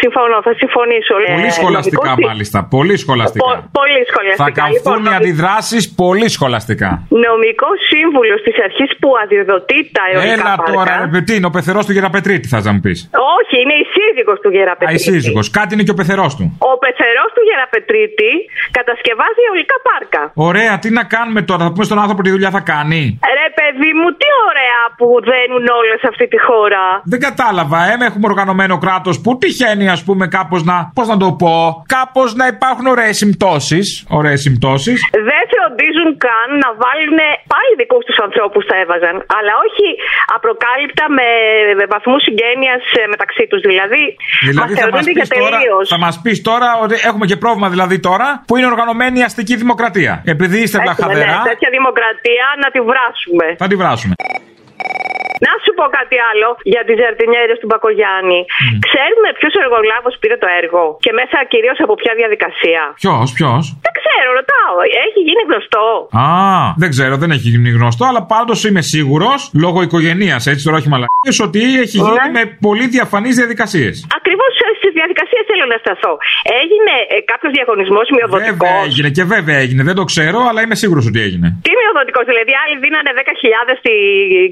συμφωνώ, θα συμφωνήσω. Ε, πολύ σχολαστικά λογικός τι- μάλιστα. Πολύ σχολαστικά. Πο- πολύ σχολαστικά. θα καμφθούν Λοιπόν, οι αντιδράσεις πολύ σχολαστικά. Νομικός σύμβουλος της αρχής που αδειοδοτεί τα αιωλικά Έλα πάρκα. τώρα, ρε παιδί, είναι ο πεθερός του Γεραπετρίτη, θα να μου πεις. Όχι, είναι η σύζυγος του Α, η Γεραπετρίτη. σύζυγος. Κάτι είναι και ο πεθερός του. Ο πεθερός του Γεραπετρίτη κατασκευάζει αιωλικά πάρκα. Ωραία, τι να κάνουμε τώρα, θα πούμε στον άνθρωπο τι δουλειά θα κάνει. Ρε παιδί μου, τι ωραία που δένουν όλες αυτή τη χώρα. Δεν κατάλαβα, ε, έχουμε οργανωμένο κράτος που τυχαίνει, ας πούμε, κάπως να. Πώς να το πω, κάπως να υπάρχουν ωραίες συμπτώσεις. Ωραίες συμπτώσεις. Δεν φροντίζουν καν να βάλουν πάλι δικούς τους ανθρώπους θα έβαζαν. Αλλά όχι απροκάλυπτα με, με βαθμούς συγγένειας μεταξύ τους. Δηλαδή, Δηλαδή μας θα μας, θεωρούνται για πεις τώρα, τελείως. θα μας πεις τώρα ότι έχουμε και πρόβλημα δηλαδή τώρα που είναι οργανωμένη η αστική δημοκρατία. Επειδή είστε Έχουμε, βλαχαδερά ναι, τέτοια δημοκρατία να τη βράσουμε. θα τη βράσουμε. Να σου πω κάτι άλλο για τις ζαρτινιέρε του Μπακογιάννη. Ξέρουμε ποιος εργολάβος πήρε το έργο και μέσα κυρίως από ποια διαδικασία. Ποιος, ποιος. Δεν ξέρω, ρωτάω. Έχει γίνει γνωστό. Α, δεν ξέρω, δεν έχει γίνει γνωστό, αλλά πάντως είμαι σίγουρος, λόγω οικογένειας έτσι τώρα όχι μαλακίες, ότι έχει γίνει με πολύ διαφανείς διαδικασίες. Ακριβώς στι διαδικασία θέλω να σταθώ. Έγινε ε, κάποιος διαγωνισμός μειοδοτικός. Έγινε και βέβαια έγινε. Δεν το ξέρω, αλλά είμαι σίγουρος ότι έγινε. Τι μειοδοτικός, δηλαδή άλλοι δίνανε 10.000 στη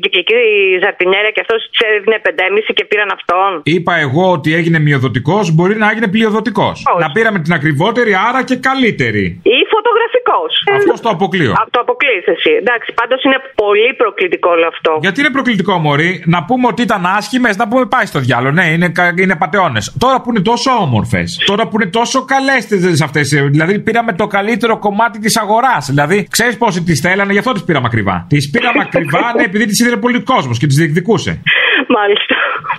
κυκλική ζαρτινιέρα και αυτός του έδινε 5,5 και πήραν αυτόν. Είπα εγώ ότι έγινε μειοδοτικός, μπορεί να έγινε πλειοδοτικός. Να πήραμε την ακριβότερη, άρα και καλύτερη. Ή φωτογραφικός. Αυτό το αποκλείω. Α, το αποκλείεις εσύ. Εντάξει, πάντως είναι πολύ προκλητικό όλο αυτό. <laughs> Γιατί είναι προκλητικό, Μωρή, να πούμε ότι ήταν άσχημες, να πούμε πάει στο διάλογο. Ναι, είναι, κα- είναι πατεώνες. Τώρα που είναι τόσο όμορφες, τώρα που είναι τόσο καλέστιζε αυτέ, δηλαδή πήραμε το καλύτερο κομμάτι της αγοράς. Δηλαδή, ξέρεις πόσοι τις θέλανε, γι' αυτό τις πήραμε ακριβά. Τις πήραμε ακριβά, ναι, επειδή τις ήθελε πολύ κόσμος και τις διεκδικούσε. Μάλιστα.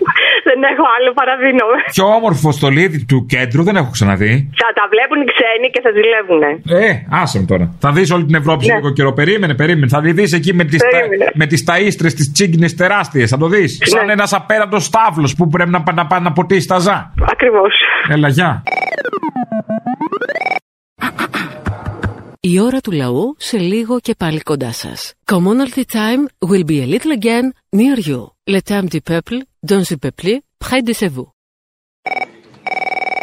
<laughs> Δεν έχω άλλο παραδείγμα. Πιο όμορφο στολίδι του κέντρου δεν έχω ξαναδεί. Θα τα βλέπουν οι ξένοι και θα ζηλεύουν. Ε, άσε με τώρα. Θα δεις όλη την Ευρώπη σε Ναι. λίγο καιρό. Περίμενε, περίμενε. Θα τη δεις εκεί με τις Περίμενε. με τις ταΐστρες, τις τσίγκινε τεράστιες. Θα το δεις. Ναι. Σαν ένας απέραντος τάβλο που πρέπει να, πα- να, πάει να ποτίσει τα ζά. Ακριβώς. Έλα, γεια. Η ώρα του λαού σε λίγο και πάλι κοντά σας. Commonalty time will be a little again near you. Le temps du peuple, dans le peuple, près de chez vous.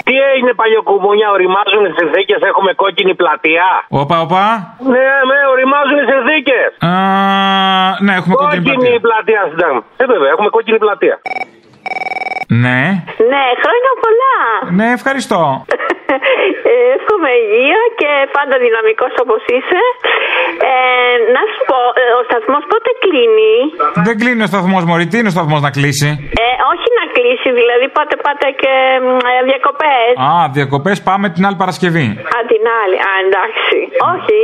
Τι έγινε παλιοκουμούνια, οριμάζουν οι συνθήκες, έχουμε κόκκινη πλατεία. Όπα, όπα. Ναι, ναι, οριμάζουν οι συνθήκες. Α, ναι, έχουμε κόκκινη πλατεία. Κόκκινη πλατεία, συντάγμα. Ε, βέβαια, έχουμε κόκκινη πλατεία. Ναι. Ναι, χρόνια πολλά. Ναι, ευχαριστώ. Ε, Εύχομαι υγεία και πάντα δυναμικός όπως είσαι. Ε, να σου πω, ε, ο σταθμός πότε κλείνει. Δεν κλείνει ο σταθμός, Μωρή. Τι είναι ο σταθμός να κλείσει. Ε, όχι να κλείσει, δηλαδή πάτε πάτε και μ, ε, διακοπές. Α, διακοπές πάμε την άλλη Παρασκευή. Α, την άλλη. Α, εντάξει. Όχι,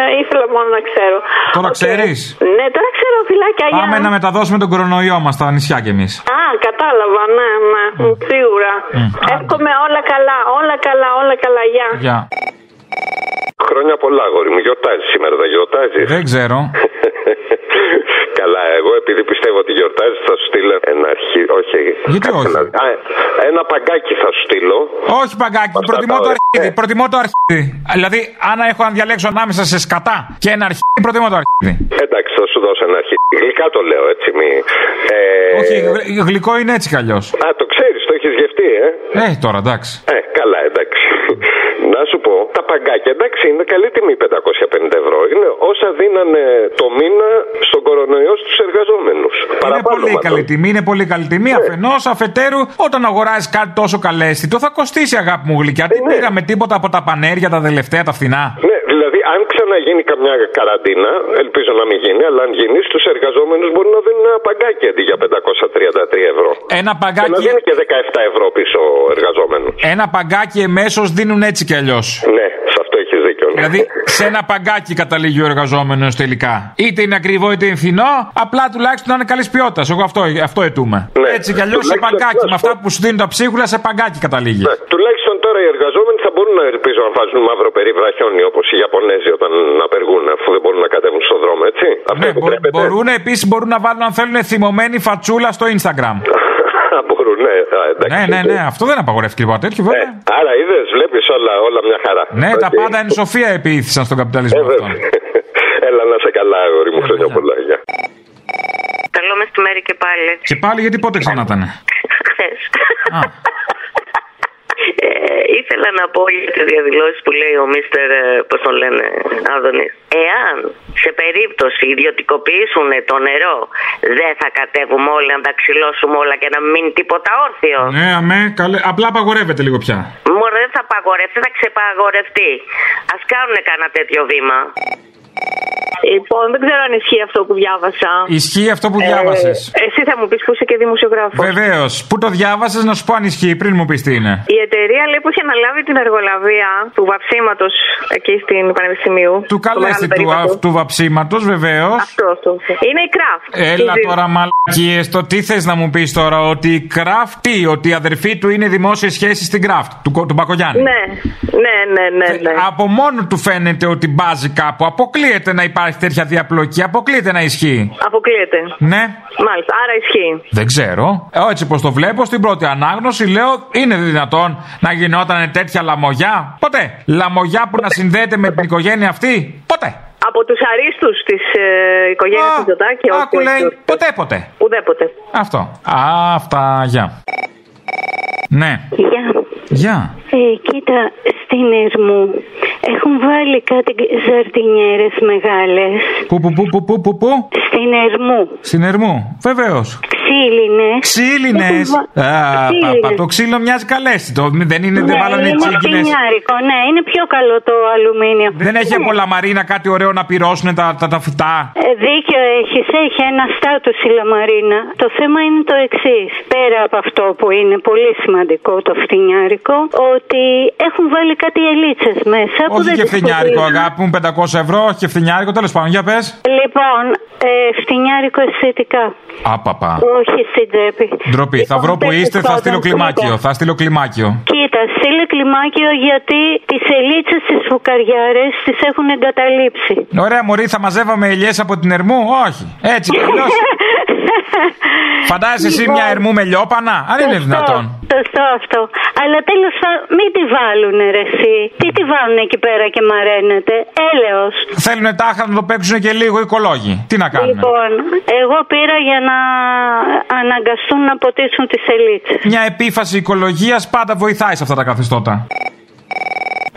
ε, ήθελα μόνο να ξέρω. Τώρα Οκ. ξέρεις. Ναι, τώρα ξέρω, φυλάκια. γεια. Πάμε να μεταδώσουμε τον κορονοϊό μας στα νησιά κι εμείς. Α, κατάλαβα, ναι, ναι, σίγουρα. Εύχομαι όλα καλά, όλα καλά, όλα καλά, γεια. Γεια. Χρόνια πολλά, αγόρι μου. Γιορτάζεις σήμερα, δεν γιορτάζεις. Δεν ξέρω. Καλά, εγώ επειδή πιστεύω ότι γιορτάζει, θα σου στείλω ένα αρχή. Όχι. Γιατί κάτσε όχι? να δει. Α, ένα παγκάκι θα σου στείλω. Όχι, παγκάκι, προτιμώ τα το ωραία. αρχίδι. Ε, Προτιμώ το αρχίδι. Δηλαδή, αν έχω να διαλέξω ανάμεσα σε σκατά και ένα αρχίδι, προτιμώ το αρχίδι. Εντάξει, θα σου δώσω ένα αρχή. Γλυκά το λέω, έτσι. Μη... Ε, Όχι, γλυ- γλυκό είναι έτσι κι αλλιώς. Α, το ξέρεις, το έχεις γευτεί, ε. Ε, τώρα εντάξει. Ε, καλά, εντάξει. Να σου πω, τα παγκάκια, εντάξει, είναι καλή τιμή 550 ευρώ. Είναι όσα δίνανε το μήνα στον κορονοϊό στου εργαζόμενου. Είναι πολύ καλή τιμή, είναι πολύ καλή Ε. τιμή. Αφενός, αφετέρου, όταν αγοράζεις κάτι τόσο καλέστητο, θα κοστίσει αγάπη μου Ε, γλυκιά. Τι πήραμε τίποτα από τα πανέρια τα τελευταία, τα φθηνά. Ναι, δηλαδή αν ξαναγίνει καμιά καραντίνα, ελπίζω να μην γίνει, αλλά αν γίνει, στους εργαζόμενους μπορεί να δίνουν ένα παγκάκι αντί για 533 ευρώ. Και Ένα να παγκάκι, δίνει και 17 ευρώ πίσω ο εργαζόμενος. ένα παγκάκι εμέσως δίνουν έτσι κι αλλιώς. Ναι, σε αυτό έχει δίκιο. ναι. Δηλαδή, σε ένα παγκάκι καταλήγει ο εργαζόμενος τελικά. Είτε είναι ακριβό είτε είναι φθηνό, απλά τουλάχιστον να είναι καλής ποιότητας. Εγώ αυτό, αυτό Ναι, αιτούμε. Έτσι κι αλλιώς σε Τουλάχιστον παγκάκι. αυτό. Με αυτά που σου δίνουν τα ψίχουλα, σε παγκάκι καταλήγει. Ναι, τουλάχιστον τώρα οι εργαζόμενοι θα μπορούν να ελπίζουν να βάζουν μαύρο περιβραχιόνι όπως οι Ιαπωνέζοι όταν απεργούν, αφού δεν μπορούν να κατέβουν στον δρόμο, έτσι. αυτό επιτρέπεται. Ναι, Μπορούν επίσης μπορούν να βάλουν, αν θέλουν, θυμωμένη φατσούλα στο Instagram. <laughs> μπορούν, ναι. Α, εντάξει. Ε, ναι, ναι, ναι, αυτό δεν απαγορεύει τίποτα τέτοιο, βέβαια. Άρα είδες, βλέπεις όλα, όλα μια χαρά. Ναι, τα Οκ. πάντα εν σοφία επίηθησαν στον καπιταλισμό. αυτό. Ε, <laughs> Έλα να σε καλά, αγόρι μου, χρόνια πολλά. Γεια. Καλό μεσημέρι και πάλι. Και πάλι γιατί πότε ξανά ήταν. Χθε. <laughs> Ε, ήθελα να πω για τις διαδηλώσεις που λέει ο Μίστερ, πώς τον λένε, Άδωνης. Εάν σε περίπτωση ιδιωτικοποιήσουν το νερό, δεν θα κατέβουμε όλοι να τα ξυλώσουμε όλα και να μην μείνει τίποτα όρθιο. Ναι, αμέ, καλέ. Απλά απαγορεύεται λίγο πια. Μόνο δεν θα παγορευτεί, θα ξεπαγορευτεί. Ας κάνουν κανένα τέτοιο βήμα. Λοιπόν, δεν ξέρω αν ισχύει αυτό που διάβασα. Ισχύει αυτό που διάβασε. Ε, εσύ θα μου πεις που είσαι και δημοσιογράφος. Βεβαίως. Πού το διάβασες, να σου πω αν ισχύει πριν μου πεις τι είναι. Η εταιρεία λέει που είχε αναλάβει την εργολαβία του βαψίματος εκεί στην Πανεπιστημίου. Του καλέστη του, α- του βαψίματος, βεβαίως. Αυτό, αυτό. Είναι η Kraft. Έλα Του- τώρα, μαλακίες. Το τι θες να μου πεις τώρα, ότι η Kraft τι, ότι η αδερφή του είναι δημόσιες σχέσεις στην Kraft, του, Κο- του Μπακογιάννη. Ε, Ναι, ναι, ναι, ναι. ναι. Από μόνο του φαίνεται ότι μπάζει κάπου. Αποκλείεται να υπάρχει τέτοια διαπλοκή. Αποκλείεται να ισχύει. Αποκλείεται. Ναι. Μάλιστα, άρα ισχύει. Δεν ξέρω. Ε, Έτσι πως το βλέπω στην πρώτη ανάγνωση λέω είναι δυνατόν να γινόταν τέτοια λαμογιά. Ποτέ. Λαμογιά που να συνδέεται με την οικογένεια αυτή. Ποτέ. Από τους αρίστους της ε, οικογένειας του Τζοτάκη. Άκου λέει ποτέ ποτέ. Ουδέποτε. Αυτό. Α, αυτά. Γεια. Ναι. Γεια. Γεια. Ε, κοίτα, στην Ερμού έχουν βάλει κάτι ζαρτινιέρες μεγάλες. Πού, πού, πού, πού, πού, πού, πού. Στην Ερμού. Στην Ερμού. Βεβαίως. Ξύλινες. Ξύλινες. Έχουν βα- Ξύλινες. Το ξύλο μοιάζει καλέστητο. Μη- Δεν είναι, δεν Ναι, βάλανε είναι τσίγκινε. φτηνιάρικο, ναι, είναι πιο καλό το αλουμίνιο. Ναι. Δεν έχει πολλά μαρίνα κάτι ωραίο να πυρώσουν τα, τα, τα φυτά. Ε, Δίκιο έχεις, έχει ένα στάτους η Λαμαρίνα. Το θέμα είναι το εξής. Πέρα από αυτό που είναι πολύ σημαντικό το φτηνιάρικο, ότι έχουν βάλει κάτι ελίτσες μέσα. που Όχι δεν και τις φθηνιάρικο, κοπεί. αγάπη μου, 500 ευρώ. Όχι και φθηνιάρικο, τέλος πάντων, για πες. Λοιπόν, ε, φτηνιάρικο αισθητικά. Άπαπα. Όχι στην τσέπη. Ντροπή. θα βρω που τέλος είστε, θα πάντων, στείλω κλιμάκιο. κοίτα. Θα στείλω κλιμάκιο. Κοίτα, στείλε κλιμάκιο γιατί τις ελίτσες τις φουκαριάρες τις έχουν εγκαταλείψει. Ωραία, Μωρή, θα μαζεύαμε ελιές από την Ερμού. Όχι. Έτσι κι <laughs> αλλιώς. Φαντάζεσαι εσύ Λοιπόν. μια Ερμού με λιόπανα. Αν είναι Σωστό, δυνατόν. Σωστό αυτό. Αλλά τέλος πάντων, μην τη βάλουν ρε εσύ. Τι τη βάλουν εκεί πέρα και μαραίνεται. Έλεος. Θέλουν τάχα να το παίξουν και λίγο οι οικολόγοι. Τι να κάνουμε. Λοιπόν, εγώ πήρα για να αναγκαστούν να ποτίσουν τις ελίτσε. Μια επίφαση οικολογίας πάντα βοηθάει σε αυτά τα καθεστώτα.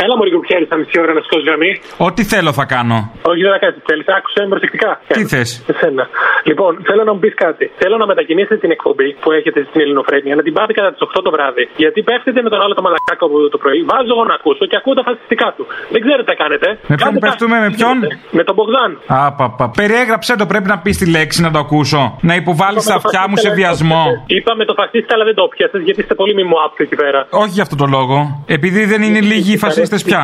Έλα μου λίγο πιέρι, θα μισή ώρα να σηκώσει γραμμή. Ό,τι θέλω θα κάνω. Όχι, δεν θα κάνει τι θέλεις. Άκουσε με προσεκτικά. Τι θες. Εσένα. Λοιπόν, θέλω να μου πεις κάτι. Θέλω να μετακινήσετε την εκπομπή που έχετε στην Ελληνοφρένεια να την πάτε κατά τις 8 το βράδυ. Γιατί πέφτετε με τον άλλο το μαλακάκο που το πρωί. Βάζω εγώ να ακούσω και ακούω τα φασιστικά του. Δεν ξέρετε τι κάνετε. Με ποιον Κάντε πέφτουμε, με ποιον. Με τον Μπογδάν. Άπαπα. Περιέγραψε το, πρέπει να πεις τη λέξη να το ακούσω. Να υποβάλεις τα αυτιά μου σε βιασμό. Είπαμε το φασίστα, αλλά δεν το πιάσε γιατί είστε πολύ μιμοάπτοι εκεί πέρα. Όχι για αυτό το λόγο. Επειδή δεν είναι λίγοι οι φασίστε πια.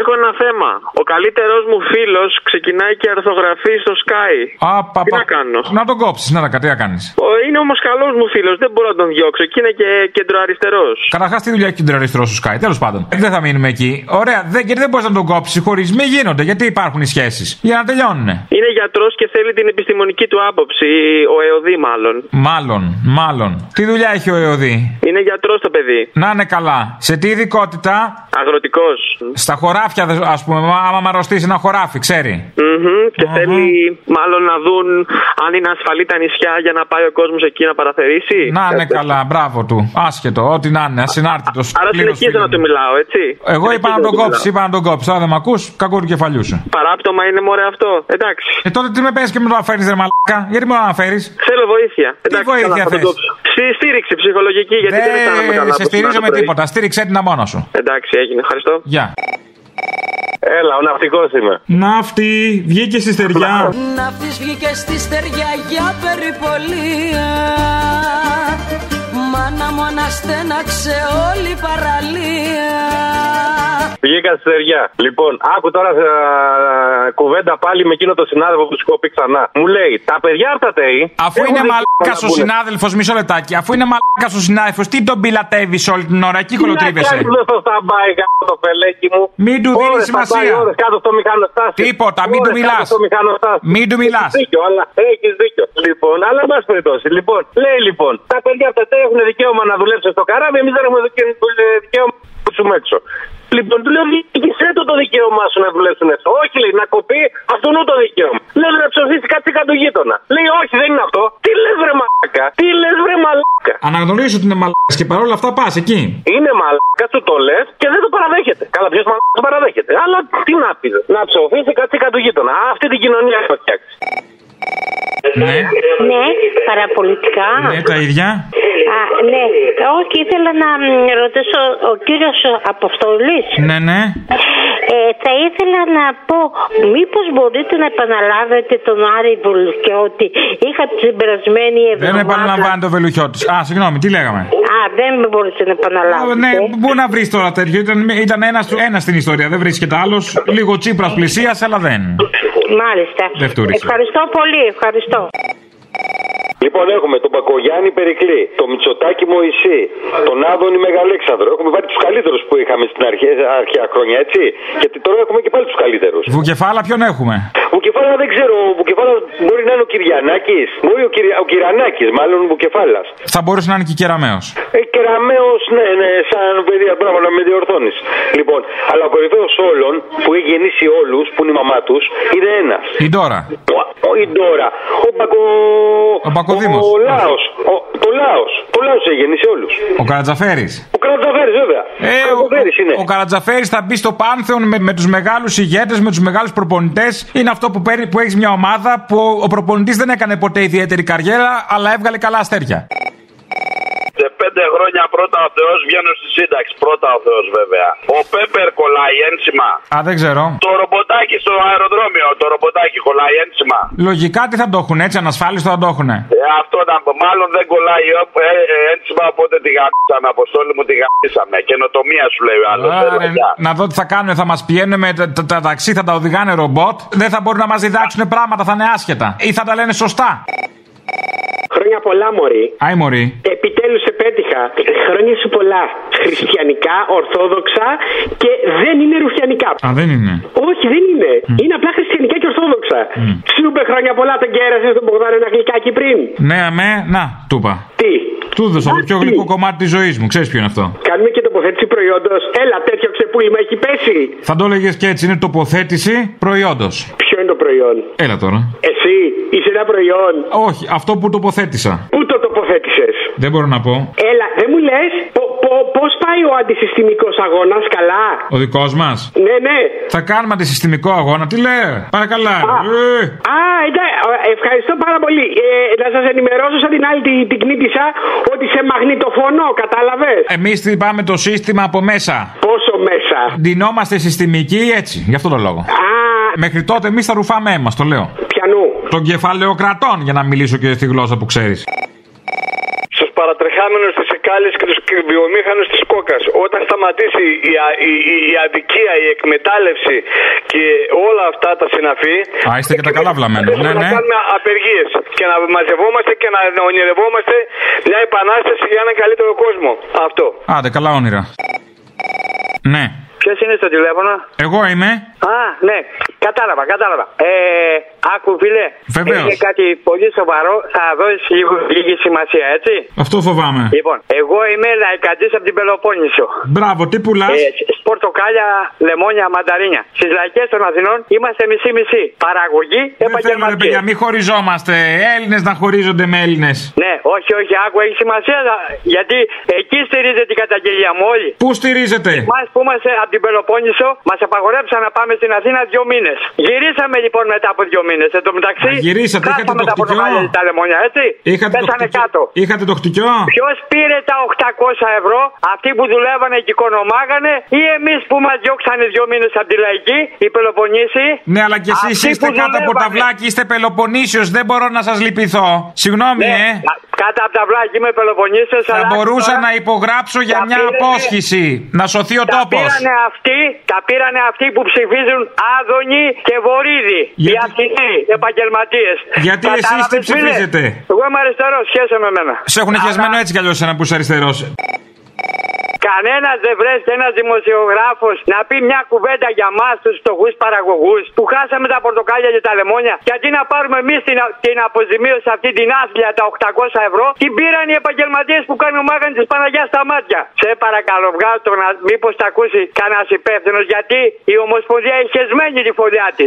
Έχω ένα θέμα. Ο καλύτερο μου φίλος ξεκινάει και αρθογραφεί στο Sky. Απαπα. Τι να κάνω. Να τον κόψεις, να τα τι να κάνεις. Ο- Είναι όμως καλός μου φίλος, δεν μπορώ να τον διώξω και είναι και κεντροαριστερό. Καταρχάς, τι δουλειά έχει ο κεντροαριστερό σου Sky. Τέλος πάντων. Ε, Δεν θα μείνουμε εκεί. Ωραία, δεν, γιατί δεν μπορείς να τον κόψεις. Οι χωρισμοί γίνονται. Γιατί υπάρχουν οι σχέσεις. Για να τελειώνουν. Είναι γιατρός και θέλει την επιστημονική του άποψη, ο ΕΟΔΗ μάλλον. Μάλλον, μάλλον. Τι δουλειά έχει ο ΕΟΔΗ. Είναι γιατρός το παιδί. Να είναι καλά. Σε τι ειδικότητα. Αγροτικός. Στα χωράφια, ας πούμε, άμα μαρωστεί ένα χωράφι, ξέρει. Και θέλει μάλλον να δουν αν είναι ασφαλή τα νησιά για να πάει ο κόσμος εκεί να παραθερήσει. Ε, Να είναι καλά, μπράβο του. Άσχετο, ό,τι να είναι, ασυνάρτητος. Άρα συνεχίζω να του μιλάω, έτσι. Εγώ είπα να Συνεχίζω τον μιλάω. κόψει, είπα να τον κόψει. Τώρα δεν με ακούς, κακό του κεφαλιού σου. Παράπτωμα είναι μωρέ αυτό. Εντάξει. Ε, τότε τι με παίρνει και με το αναφέρει, ρε μαλάκα. Γιατί με το αναφέρεις. Θέλω βοήθεια. Εντάξει, βοήθεια καλά, θα τον θες? κόψω. Στη στήριξη ψυχολογική, γιατί δεν, αισθάνομαι καλά. Ναι, σε από σήμερα στηρίζω το με πρωί. τίποτα. Στήριξε την μόνος σου. Εντάξει, έγινε. Ευχαριστώ. Γεια. Έλα, ο ναυτικός είμαι. Ναύτη, βγήκε στη στεριά. Ναύτης βγήκε στη στεριά για περιπολία Μάνα μου αναστέναξε όλη η παραλία Βγήκα στη στεριά. Λοιπόν, άκου τώρα ε, κουβέντα πάλι με εκείνο το συνάδελφο που σου έχω πει ξανά. Μου λέει, τα παιδιά από τα ΤΕΙ. Αφού είναι μαλάκα ο συνάδελφος, μισό λεπτάκι. Αφού είναι μαλάκα ο συνάδελφος, τι τον πιλατεύεις όλη την ώρα, εκεί κολοτρίβεσαι. Δεν θα σταμπάει κάτω το πελέκι μου. Μην του δίνεις Ώρες θα πάει, σημασία. ώρες κάτω στο μηχανοστάσιο. Τίποτα, μην του Ώρες μιλάς. κάτω στο μηχανοστάσιο. Μην του μιλάς. Έχεις δίκιο, αλλά έχεις δίκιο. Λοιπόν, αλλά εν πάση περιπτώσει. Λοιπόν, λέει λοιπόν, τα παιδιά αυτά τα έχουν δικαίωμα να δουλέψουν στο καράβι, εμείς δεν έχουμε δικαι- ε, δικαίωμα να δουλέψουμε έξω. Λοιπόν, του λέω, διοίκησέ το το δικαίωμά σου να δουλέψουν έξω. Όχι, λέει, να κοπεί αυτού νου το δικαίωμα. Λέω να ψοφήσει κάτι του γείτονα. Λέει, όχι, δεν είναι αυτό. Τι λες, βρε μαλάκα. Τι λες, βρε μαλάκα. Αναγνωρίζω ότι είναι μαλάκας και παρόλα αυτά πας εκεί. Είναι μαλάκα, του το λες και δεν το παραδέχεται. Καλά, ποιος μαλάκας το παραδέχεται. Αλλά τι να πεις, να ψοφήσει κατσίκα του γείτονα. Αυτή την κοινωνία έχω φτιάξει. Ε, Ναι, Ναι, παραπολιτικά. ναι, τα ίδια. Α, ναι. Όχι, ήθελα να μ, ρωτήσω ο κύριος Αποστολής. Ναι, ναι. Ε, θα ήθελα να πω, μήπως μπορείτε να επαναλάβετε τον Άρη Βουλκιώτη. Είχα την περασμένη Ε, Δεν εβδομάδα. επαναλαμβάνει το βελουχιώτης. Α, συγγνώμη, τι λέγαμε. Α, δεν μπορείτε να Ε, επαναλάβετε. Ναι, πού να βρεις τώρα τέτοιο. Ήταν, ήταν ένας ένας στην ιστορία, δεν βρίσκεται άλλος. Λίγο τσίπρας πλησία, αλλά Ε, δεν. Μάλιστα. Δεν φτούρισε. Ευχαριστώ πολύ, ευχαριστώ. Λοιπόν, έχουμε τον Πακογιάννη Περικλή, τον Μητσοτάκη Μωυσή, τον Άδωνη Μεγαλέξανδρο. Έχουμε βάλει τους καλύτερους που είχαμε στην αρχαία, αρχαία χρόνια, έτσι. Γιατί τώρα έχουμε και πάλι τους καλύτερους. Βουκεφάλα ποιον έχουμε. Μπουκεφάλα δεν ξέρω, ο Μπουκεφάλα μπορεί να είναι ο Κυριανάκης. Μπορεί ο, Κυρι... ο Κυριανάκης, μάλλον ο Μπουκεφάλα. Θα μπορούσε να είναι και η κεραμαίο. Ε, Κεραμαίο, ναι, ναι, σαν παιδί, μπράβο να με διορθώνεις. Λοιπόν, αλλά ο κορυφαίος όλων που έχει γεννήσει όλους, που είναι η μαμά τους, είναι ένας. Η Ντόρα. Ο, ο, η Ντόρα. Ο Μπακο. Ο Μπακοδήμος. Ο Λάο. Το λαός. Ο λαός έγινε σε όλους. Ο Καρατζαφέρης. Ο Καρατζαφέρης, βέβαια. Ε, ο ο Καρατζαφέρης θα μπει στο πάνθεον με, με τους μεγάλους ηγέτες, με τους μεγάλους προπονητές. Είναι αυτό που, παίρνει- που έχεις μια ομάδα που ο, ο προπονητής δεν έκανε ποτέ ιδιαίτερη καριέρα, αλλά έβγαλε καλά αστέρια. Σε πέντε χρόνια πρώτα ο Θεός βγαίνουν στη σύνταξη. Πρώτα ο Θεός βέβαια. Ο Πέπερ κολλάει ένσημα. Α, δεν ξέρω. Το ρομποτάκι στο αεροδρόμιο, το ρομποτάκι κολλάει ένσημα. Λογικά τι θα το έχουν, έτσι ανασφάλιστο θα το έχουν. Ε, αυτό να πω. Μάλλον δεν κολλάει όπ- ε, ε, ένσημα, οπότε τη γαμίσαμε. Αποστόλη μου τη γαμίσαμε. Καινοτομία σου λέει ο άλλος. Άρα, ε, να δω τι θα κάνουν, θα μας πηγαίνουν με τα, τα, τα ταξί, θα τα οδηγάνε ρομπότ. Δεν θα μπορούν να μας διδάξουν πράγματα, θα είναι άσχετα. Ή θα τα λένε σωστά. Χρόνια πολλά, Μωρή. Άι, μωρή. Επιτέλου σε πέτυχα. Χρόνια σου πολλά. Χριστιανικά, Ορθόδοξα και δεν είναι ρουφιανικά. Α, δεν είναι. Όχι, δεν είναι. Είναι απλά χριστιανικά και ορθόδοξα. Σου είπε χρόνια πολλά, τον κέρασες τον Μπογδάνο ένα γλυκάκι πριν. Ναι, αμέ, να, τούπα. Τι. Του δώσα το πιο γλυκό κομμάτι της ζωής μου, ξέρεις ποιο είναι αυτό. Κάνουμε και τοποθέτηση προϊόντος. Έλα, τέτοιο ξεπούλημα έχει πέσει. Θα το έλεγες και έτσι, είναι τοποθέτηση προϊόντος. Ποιο είναι το προϊόν. Έλα τώρα. Εσύ είσαι ένα προϊόν. Όχι, αυτό που τοποθέτησα. Πού το τοποθέτησες. Δεν μπορώ να πω. Έλα, δεν μου λες πώς πάει ο αντισυστημικός αγώνας καλά. Ο δικός μας. Ναι, ναι. Θα κάνουμε αντισυστημικό αγώνα, τι λέει. Παρακαλά. Ε. Α, εντάξει, ε, ευχαριστώ πάρα πολύ. Ε, να σας ενημερώσω σαν την άλλη την, την κνήτησα ότι σε μαγνητοφωνώ, κατάλαβες. Εμείς χτυπάμε το σύστημα από μέσα. Πόσο μέσα. Ντυνόμαστε συστημικοί έτσι, γι' αυτό το λόγο. Μέχρι τότε εμείς θα ρουφάμε αίμα, το λέω. Πιανού. Των κεφαλαιοκρατών, για να μιλήσω και στη γλώσσα που ξέρεις. Στους παρατρεχάμενους της Εκάλη και τους βιομήχανου τη Κόκα. Όταν σταματήσει η, α- η, η, η αδικία, η εκμετάλλευση και όλα αυτά τα συναφή. Α, είστε και τα καλά βλαμμένα. Ναι, Να ναι. κάνουμε απεργίες και να μαζευόμαστε και να ονειρευόμαστε μια επανάσταση για έναν καλύτερο κόσμο. Αυτό. Άντε, καλά όνειρα. Ναι. Ποιος είναι στο τηλέφωνο? Εγώ είμαι. Α, ναι, κατάλαβα, κατάλαβα. Ε, άκου, φίλε. Βεβαίως. Είναι κάτι πολύ σοβαρό, θα δώσεις λίγο λίγη σημασία, έτσι. Αυτό φοβάμαι. Λοιπόν, εγώ είμαι λαϊκατή από την Πελοπόννησο. Μπράβο, τι πουλάς. Ε, σ- πορτοκάλια, λεμόνια, μανταρίνια. Στις λαϊκές των Αθηνών είμαστε μισή-μισή. Παραγωγή, Θέλω ρε παιδιά, επαγγελματική. μην χωριζόμαστε. Έλληνες να χωρίζονται με Έλληνες. Ναι, όχι, όχι, άκου, έχει σημασία να- γιατί εκεί στηρίζεται την καταγγελία μου όλοι. Πού στηρίζετε? Εμάς που είμαστε από την Πελοπόννησο, μας απαγορέψαν να πάμε στην Αθήνα δύο μήνες. Γυρίσαμε λοιπόν μετά από δύο μήνες. Εν τω μεταξύ, Α, γυρίσατε, είχατε χάσαμε το τα χτυκιό. πορτοκάλια και τα λεμόνια, έτσι. Είχατε το Πέσανε χτυκιό. κάτω. Είχατε το χτυκιό. Ποιος πήρε τα 800 ευρώ, αυτοί που δουλεύανε και οικονομάγανε, ή εμείς που μας διώξανε δύο μήνες από τη λαϊκή, οι Πελοποννήσοι. Ναι, αλλά κι εσείς Αυτοί είστε που κάτω από δουλεύανε. τα βλάκια, είστε Πελοποννήσιος, δεν μπορώ να σας λυπηθώ. Συγγνώμη, Ναι, ε. κα- Κάτω από τα βλάκια είμαι Πελοποννήσιος. Θα μπορούσα να υπογράψω για μια απόσχηση. Να σωθεί ο τα τόπος. Πήρανε αυτοί, τα πήρανε αυτοί που ψηφίζουν Άδωνη και Βορύδη. Οι Αθηνοί επαγγελματίες. Γιατί εσείς τι ψηφίζετε? Εγώ είμαι αριστερός, σχέσε με εμένα. Σε έχουν χεσμένο έτσι κι αλλιώς ένα που είσαι αριστερός. Κανένας δεν βρέθηκε ένας δημοσιογράφος να πει μια κουβέντα για μας, τους φτωχούς παραγωγούς που χάσαμε τα πορτοκάλια και τα λεμόνια. Γιατί να πάρουμε εμείς την, α- την αποζημίωση αυτή την άθλια τα 800 ευρώ, την πήραν οι επαγγελματίες που κάνουν μάγαν της Παναγιάς στα μάτια. Σε παρακαλώ, βγάλω το να μήπως τα ακούσει κανένας υπεύθυνος γιατί η Ομοσπονδία έχει χεσμένη τη φωλιά τη.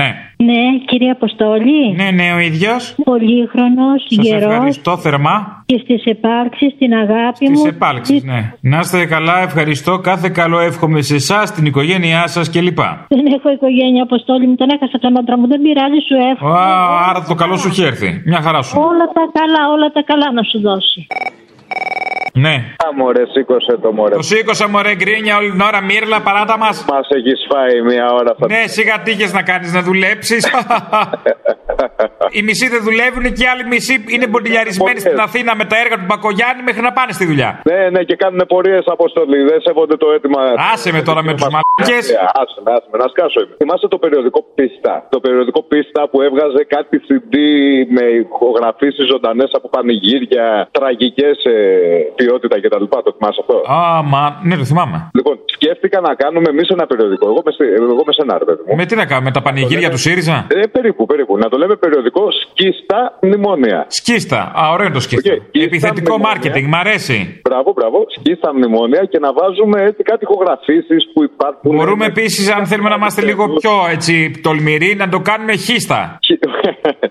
Ναι. Ναι, κύριε Αποστόλη. Ναι, ναι, ο ίδιος. Πολύχρονος, Σας γερός ευχαριστώ θερμά. και στις επάρξεις την αγάπη Τη μου. επάλξη, ναι. Να είστε καλά, ευχαριστώ. Κάθε καλό εύχομαι σε εσάς, την οικογένειά σας κλπ. Δεν έχω οικογένεια, Αποστόλη μου. Τον έχασα τον άντρα μου. Δεν πειράζει, σου εύχομαι. Ω, Άρα το καλό σου έχει έρθει. Μια χαρά σου. Όλα τα καλά, όλα τα καλά να σου δώσει. Ναι. Μωρέ, σήκωσε το μωρέ. Το σήκωσα μωρέ γκρίνια όλη την ώρα, μύρλα, παράτα μας. Μας έχεις φάει μία ώρα θα Ναι, σιγά τι είχες να κάνεις, να δουλέψεις. <laughs> Οι μισοί δεν δουλεύουν και οι άλλοι μισοί είναι μποντιλιαρισμένοι στην Αθήνα με τα έργα του Μπακογιάννη μέχρι να πάνε στη δουλειά. Ναι, ναι, και κάνουν πορείες αποστολή. Δεν σέβονται το αίτημα. Ναι, Άσε με τώρα με τους μαλακές. Άσε με, άσε με, να σκάσω είμαι. Θυμάστε το περιοδικό Πίστα. Το περιοδικό Πίστα που έβγαζε κάτι CD με ηχογραφήσεις ζωντανές από πανηγύρια, τραγικές ποιότητα κτλ. Το θυμάσαι αυτό. Α, μα, ναι, το θυμάμαι. Λοιπόν, σκέφτηκα να κάνουμε εμείς ένα περιοδικό. Εγώ μες, στη- εγώ μες σένα, ρε παιδί μου. Με τι να κάνουμε, τα πανηγύρια του ΣΥΡΙΖΑ. Ε, περίπου, περίπου. Να το λέμε περιοδικό. περιοδικό σκίστα μνημόνια. Σκίστα. Α, ωραίο είναι το σκίστα. Επιθετικό μάρκετινγκ, μ' αρέσει. Μπράβο, μπράβο. Σκίστα μνημόνια και να βάζουμε έτσι κάτι ηχογραφήσεις που υπάρχουν. Μπορούμε επίσης, αν θέλουμε να είμαστε λίγο πιο έτσι τολμηροί, να το κάνουμε χίστα.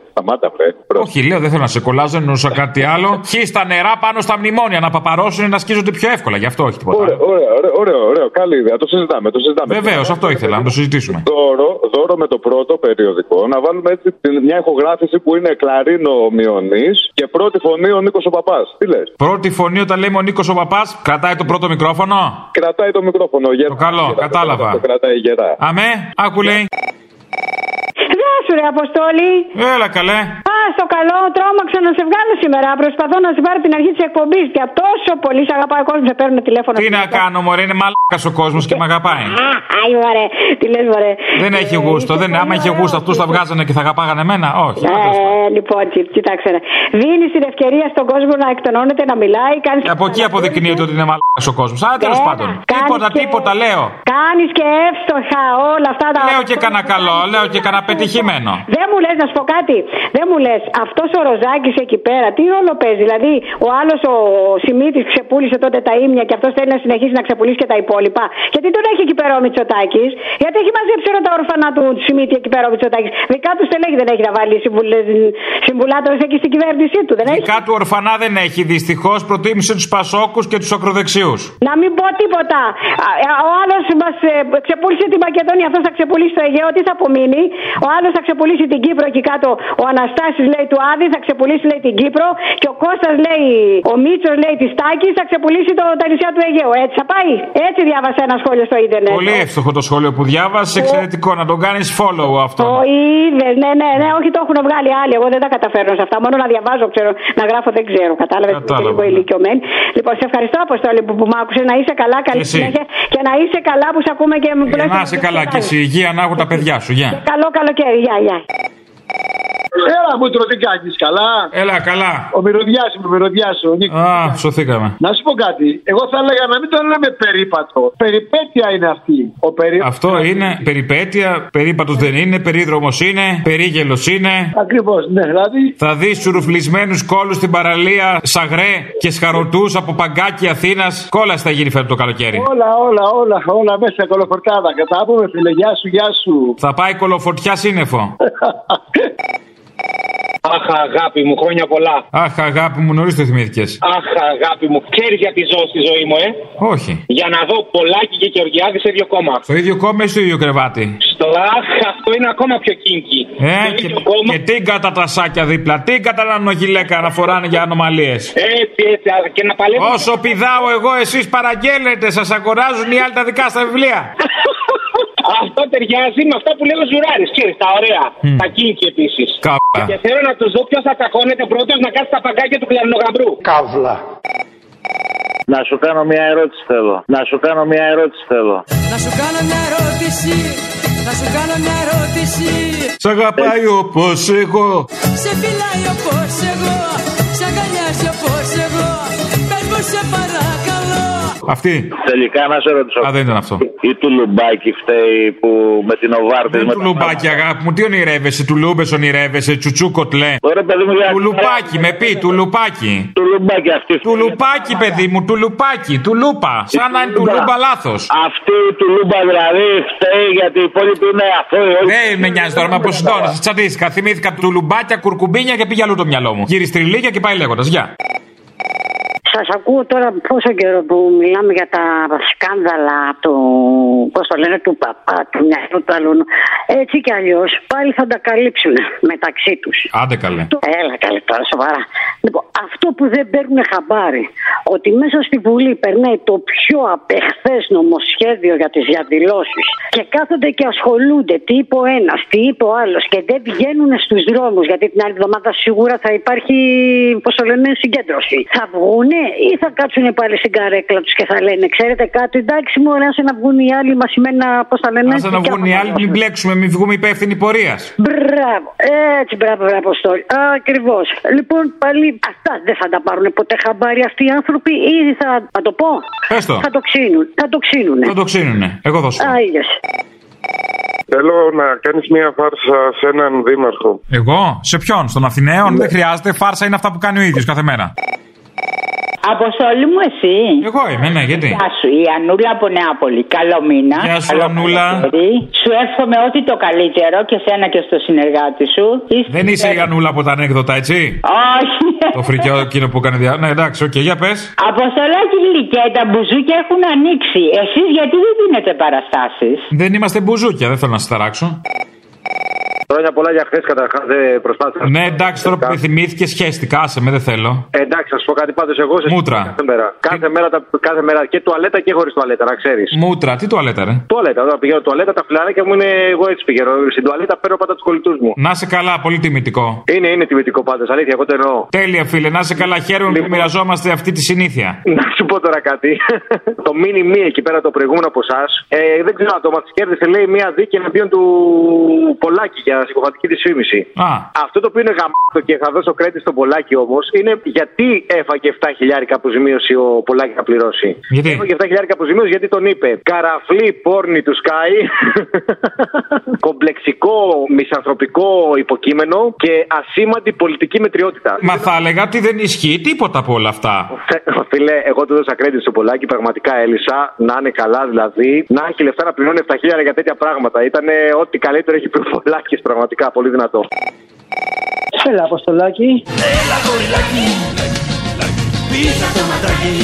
Σταμάτα, φε. Όχι, λέω, δεν θέλω να σε κολλάζω, εννοούσα κάτι άλλο. Χίστα νερά πάνω στα μνημόνια να παπαρώσουν να σκίζονται πιο εύκολα. Γι' αυτό όχι τίποτα. Ωραίο, ωραίο, ωραίο, ωραίο, ωραίο. Καλή ιδέα. Το συζητάμε. Το συζητάμε. Βεβαίως, αυτό ήθελα να το συζητήσουμε. Δώρο, δώρο με το πρώτο περιοδικό. Να βάλουμε έτσι την- μια ηχογράφηση που είναι κλαρίνο ο Μιονής και πρώτη φωνή ο Νίκος ο Παπάς. Τι λες. Πρώτη φωνή όταν λέμε ο Νίκος ο παπάς, κρατάει το πρώτο μικρόφωνο. Κρατάει το μικρόφωνο. γερά. Το καλό, κατάλαβα. Το κρατάει γερά. Αμέ, άκου λέει. Γεια σου, ρε Αποστόλη. Έλα καλέ. Α, στο καλό, τρόμαξα να σε βγάλω σήμερα. Προσπαθώ να σε πάρω την αρχή της εκπομπής. Για τόσο πολύ σε αγαπάει ο κόσμος, σε παίρνω <laughs> τηλέφωνο. Τι να κάνω, Μωρέ, είναι μαλάκας ο κόσμος και με αγαπάει. Άι, βαρέ, τι λες, βαρέ. Δεν έχει γούστο, δεν Άμα είχε γούστο, αυτούς τα βγάζανε και θα αγαπάγανε εμένα. Όχι. Ε, λοιπόν, κοι- κοίταξε. Δίνεις την ευκαιρία στον κόσμο να εκτονώνεται, να μιλάει, κάνεις Από εκεί αποδεικνύεται ότι είναι μαλάκας ο κόσμος. Α, τέλος πάντων. Τίποτα, τίποτα λέω. κάνεις και εύστοχα όλα αυτά τα. Λέω και κανένα καλό, λέω και κανένα πετυχημένο. Δεν μου λες να σου πω κάτι. Δεν μου λες, αυτός ο Ροζάκης εκεί πέρα τι ρόλο παίζει. Δηλαδή, ο άλλος ο Σιμίτης ξεπούλησε τότε τα ίμια και αυτός θέλει να συνεχίσει να ξεπουλήσει και τα υπόλοιπα. Γιατί τον έχει εκεί πέρα ο Μητσοτάκης, γιατί έχει μαζέψει όλα τα όρφανα του Σιμίτη εκεί πέρα ο Μητσοτάκης. Δικά του στελέχη δεν έχει να βάλει συμβουλάτορες εκεί στην κυβέρνησή του, δεν έχει. Δικά του ορφανά δεν έχει. Δυστυχώς προτίμησε τους Πασόκους και τους ακροδεξιούς. Να μην πω τίποτα. Α, ε, Ο άλλος μας ξεπούλησε τη Μακεδονία, αυτός θα ξεπουλήσει το Αιγαίο, τι θα απομείνει. Ο άλλος θα ξεπουλήσει την Κύπρο εκεί κάτω. Ο Αναστάσης λέει του Άδη, θα ξεπουλήσει λέει την Κύπρο. Και ο Κώστας λέει, ο Μίτσος λέει της Τάκης, θα ξεπουλήσει το, τα νησιά του Αιγαίου. Έτσι θα πάει. Έτσι διάβασα ένα σχόλιο στο ίντερνετ. Πολύ εύστοχο το σχόλιο που διάβασε. Εξαιρετικό να τον κάνεις follow αυτό. Το είδες, ναι, ναι, ναι, όχι το έχουν βγάλει άλλοι. Εγώ δεν τα καταφέρνω σε αυτά. Μόνο να διαβάζω, ξέρω, να γράφω δεν ξέρω. Κατάλαβες Κατάλαβα, λίγο ναι. ηλικιωμένη. Λοιπόν, σε ευχαριστώ, Αποστόλη, που, που μ' άκουσες. Να είσαι καλά, καλή εσύ. συνέχεια και να είσαι καλά που σε ακούμε και μου Για να είσαι καλά κι εσύ. Υγεία να έχουν τα παιδιά σου. Γεια. Καλό καλοκαίρι, γεια, γεια. Έλα μου τροτικάκι, καλά. Έλα, καλά. Ο μυρωδιά μου, μυρωδιά σου. Α, σωθήκαμε. Να σου πω κάτι. Εγώ θα έλεγα να μην τον λέμε περίπατο. Περιπέτεια είναι αυτή. Ο περί... Αυτό είναι περιπέτεια. Περίπατος δεν είναι. Περίδρομος είναι. Περίγελος είναι. Ακριβώς, ναι, δηλαδή. Θα δεις σουρουφλισμένου κόλους στην παραλία, σαγρέ και σχαρωτούς από παγκάκι Αθήνας. Κόλαση θα γίνει φέτος το καλοκαίρι. Όλα, όλα, όλα, όλα μέσα κολοφορτάδα. Κατά πούμε, φίλε, γεια σου, γεια σου. Θα πάει κολοφωτιά σύννεφο. <laughs> Αχ, αγάπη μου, χρόνια πολλά. Αχ, αγάπη μου, νωρίς το θυμήθηκες. Αχ, αγάπη μου, ξέρει γιατί ζω στη ζωή μου, ε. Όχι. Για να δω Πολάκη και Γεωργιάδη σε δύο κόμμα. Στο ίδιο κόμμα ή στο ίδιο κρεβάτι. Στο αχ, αυτό είναι ακόμα πιο κίνκι. Ε, και, και τίγκα τα τασάκια δίπλα, τίγκα τα νανογυλέκα να φοράνε για ανομαλίες. Έτσι, έτσι, α, και να παλεύω. Όσο πηδάω εγώ, εσείς παραγγέλνετε, σας αγοράζουν οι άλλοι τα δικά στα βιβλία. Αυτό ταιριάζει με αυτά που λέει ο Ζουράρης. Ξέρεις, τα ωραία. Μμ. Τα κίνκι επίσης. Καύλα. Και θέλω να τους δω ποιος θα κακώνεται πρώτος να κάτσει τα παγκάκια του κλαρινογαμπρού. Καύλα. Να σου κάνω μια ερώτηση θέλω. Να σου κάνω μια ερώτηση θέλω. Να σου κάνω μια ερώτηση, να σου κάνω μια ερώτηση. Σ' αγαπάει όπως εγώ. Σε φιλάει όπως εγώ, σε αγκαλιάζει όπως εγώ. Πες μου σε παρακαλώ. Αυτή. Τελικά να σε ρωτήσω. Α, δεν ήταν αυτό. Ή του Λουμπάκη φταίει που με την Οβάρτη. Δεν του λουμπάκι, αγάπη μου, τι ονειρεύεσαι, του λούμπε ονειρεύεσαι, τσουτσού κοτλέ. Του λουπάκι, με πει, του λουπάκι. Του λουμπάκι αυτή. Του λουπάκι, παιδί μου, του λουπάκι, του λούπα. Σαν να είναι του λούμπα λάθος. Αυτή του Λούμπα δηλαδή φταίει γιατί οι υπόλοιποι είναι αθώοι. Δεν Ναι, με νοιάζει τώρα, με αποσυντώνε. Τσαντίστηκα. Θυμήθηκα του λουμπάκια, κουρκουμπίνια και πήγε αλλού το μυαλό μου. Γυριστριλίκια και πάει λέγοντας. Γεια. Σας ακούω τώρα πόσο καιρό που μιλάμε για τα σκάνδαλα του. Πώς το λένε, του παπά, του μυαλού του αλλού. Έτσι κι αλλιώς πάλι θα τα καλύψουν μεταξύ τους. Άντε καλέ. Έλα καλή τώρα, σοβαρά. Λοιπόν, αυτό που δεν παίρνουν χαμπάρι, ότι μέσα στη Βουλή περνάει το πιο απεχθές νομοσχέδιο για τις διαδηλώσεις και κάθονται και ασχολούνται τι είπε ο ένας, τι είπε ο άλλος και δεν βγαίνουν στους δρόμους γιατί την άλλη εβδομάδα σίγουρα θα υπάρχει, πώς το λένε, συγκέντρωση. Θα βγούνε ή θα κάτσουν πάλι στην καρέκλα τους και θα λένε, ξέρετε κάτι, εντάξει, μου άσε να βγουν οι άλλοι μας σημαίνει, πώ τα λένε, Άσε να δικιά βγουν μας οι άλλοι, μην μπλέξουμε, μην βγούμε υπεύθυνοι πορείας. Μπράβο, έτσι μπράβο, μπράβο, Αποστόλη. Ακριβώς. Λοιπόν, πάλι αυτά δεν θα τα πάρουν ποτέ χαμπάρι αυτοί οι άνθρωποι ή θα. Να το πω. Πες το. Θα το ξύνουν. Θα το ξύνουν. Θα το ξύνουνε. Εγώ θα σου πω. Άγιες. Θέλω να κάνεις μία φάρσα σε έναν δήμαρχο. Εγώ, σε ποιον, στον Αθηναίον, δεν χρειάζεται. Φάρσα είναι αυτά που κάνει ο ίδιος κάθε μέρα. Αποστολή μου εσύ. Εγώ είμαι, ναι, γιατί. Γεια σου, η Ανούλα από Νεάπολη. Καλό μήνα. Γεια σου, Καλό Ανούλα. καλοκαίρι. Σου εύχομαι ό,τι το καλύτερο και σένα και στο συνεργάτη σου. Είστε Δεν είσαι η Γιανούλα από τα ανέκδοτα, έτσι. Όχι. Το φρικιό εκείνο που κάνει διά... Ναι, εντάξει, οκ, για πες. Αποστολάκι γλυκέ, τα μπουζούκια έχουν ανοίξει. Εσείς γιατί δεν δίνετε παραστάσεις. Δεν είμαστε μπουζούκια, δεν θέλω να σας ταράξω. Χρόνια πολλά για χθες καταρχάς δεν προσπάθησα. Ναι, εντάξει, τώρα που με θυμήθηκε, σχέστηκα, άσε με, δεν θέλω. Ε, εντάξει, θα σου πω κάτι πάντως. Εγώ σε Μούτρα. κάθε μέρα. Κάθε μέρα, τα, κάθε μέρα και τουαλέτα και χωρίς τουαλέτα, να ξέρεις. Μούτρα, ε. τι τουαλέτα, ρε. Τουαλέτα, όταν πηγαίνω τουαλέτα, τα φιλαράκια μου είναι. Εγώ έτσι πηγαίνω. Στην τουαλέτα παίρνω πάντα τους κολλητούς μου. Να σε καλά, πολύ τιμητικό. Είναι, είναι τιμητικό πάντως, αλήθεια, εγώ το εννοώ. <laughs> Τέλεια, φίλε, να σε καλά, χαίρομαι που μοιραζόμαστε αυτή τη συνήθεια. Να σου πω τώρα κάτι. <laughs> το μίνι μη εκεί πέρα το προηγούμενο από εσάς. Ε, δεν ξέρω αν το μας κέρδισε, λέει μία δίκη εναντίον του Πολάκη για συγκοφαντική δυσφήμιση. Α, Αυτό το οποίο είναι γαμάτο και θα δώσω κρέτη στον Πολάκη όμως είναι γιατί έφαγε 7 χιλιάρικα αποζημίωση ο Πολάκη να πληρώσει. Γιατί? Έφαγε 7 χιλιάρικα αποζημίωση γιατί τον είπε. Καραφλή πόρνη του Sky. <laughs> Κομπλεξικό μισανθρωπικό υποκείμενο και ασήμαντη πολιτική μετριότητα. Μα θα έλεγα ότι δεν ισχύει τίποτα από όλα αυτά. Θε- Φίλε, εγώ του δώσα credit στο Πολάκη. Πραγματικά έλυσα. Να είναι καλά, δηλαδή. Να έχει λεφτά να πληρώνει 7 χιλιάρικα για τέτοια πράγματα. Ήταν ό,τι καλύτερο έχει πει ο Πολάκη. Πραγματικά πολύ δυνατό. Έλα, Αποστολάκη. Πήρα το ματράκι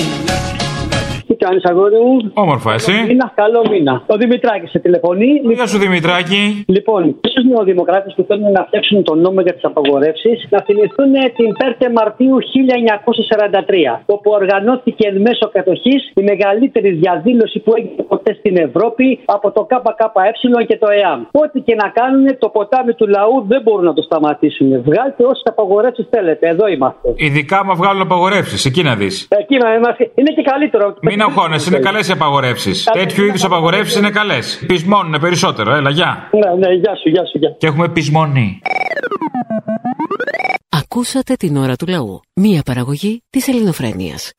Τι κάνεις, αγόρι μου. Όμορφα, εσύ. Μήνα, καλό μήνα. Ο Δημητράκη σε τηλεφωνεί. Γεια σου, Δημητράκη. Λοιπόν, στου νεοδημοκράτες που θέλουν να φτιάξουν τον νόμο για τις απαγορεύσεις, να θυμηθούν την 5η Μαρτίου 1943, όπου οργανώθηκε εν μέσω κατοχής η μεγαλύτερη διαδήλωση που έγινε ποτέ στην Ευρώπη από το ΚΚΕ και το ΕΑΜ. Ό,τι και να κάνουν, το ποτάμι του λαού δεν μπορούν να το σταματήσουν. Βγάλτε όσες απαγορεύσεις θέλετε, εδώ είμαστε. Ειδικά άμα βγάλουν απαγορεύσεις, εκεί να δεις. Εκείνο είμαστε. είναι και καλύτερο. Μην αγχώνεσαι, είναι καλές οι απαγορεύσεις. Τέτοιου είδους απαγορεύσεις είναι καλές. Πεισμώνουν περισσότερο, έλα, γεια. Ναι, ναι, γεια σου, γεια σου, γεια. Και έχουμε πεισμονή. Ακούσατε την ώρα του λαού. Μία παραγωγή της ελληνοφρένειας.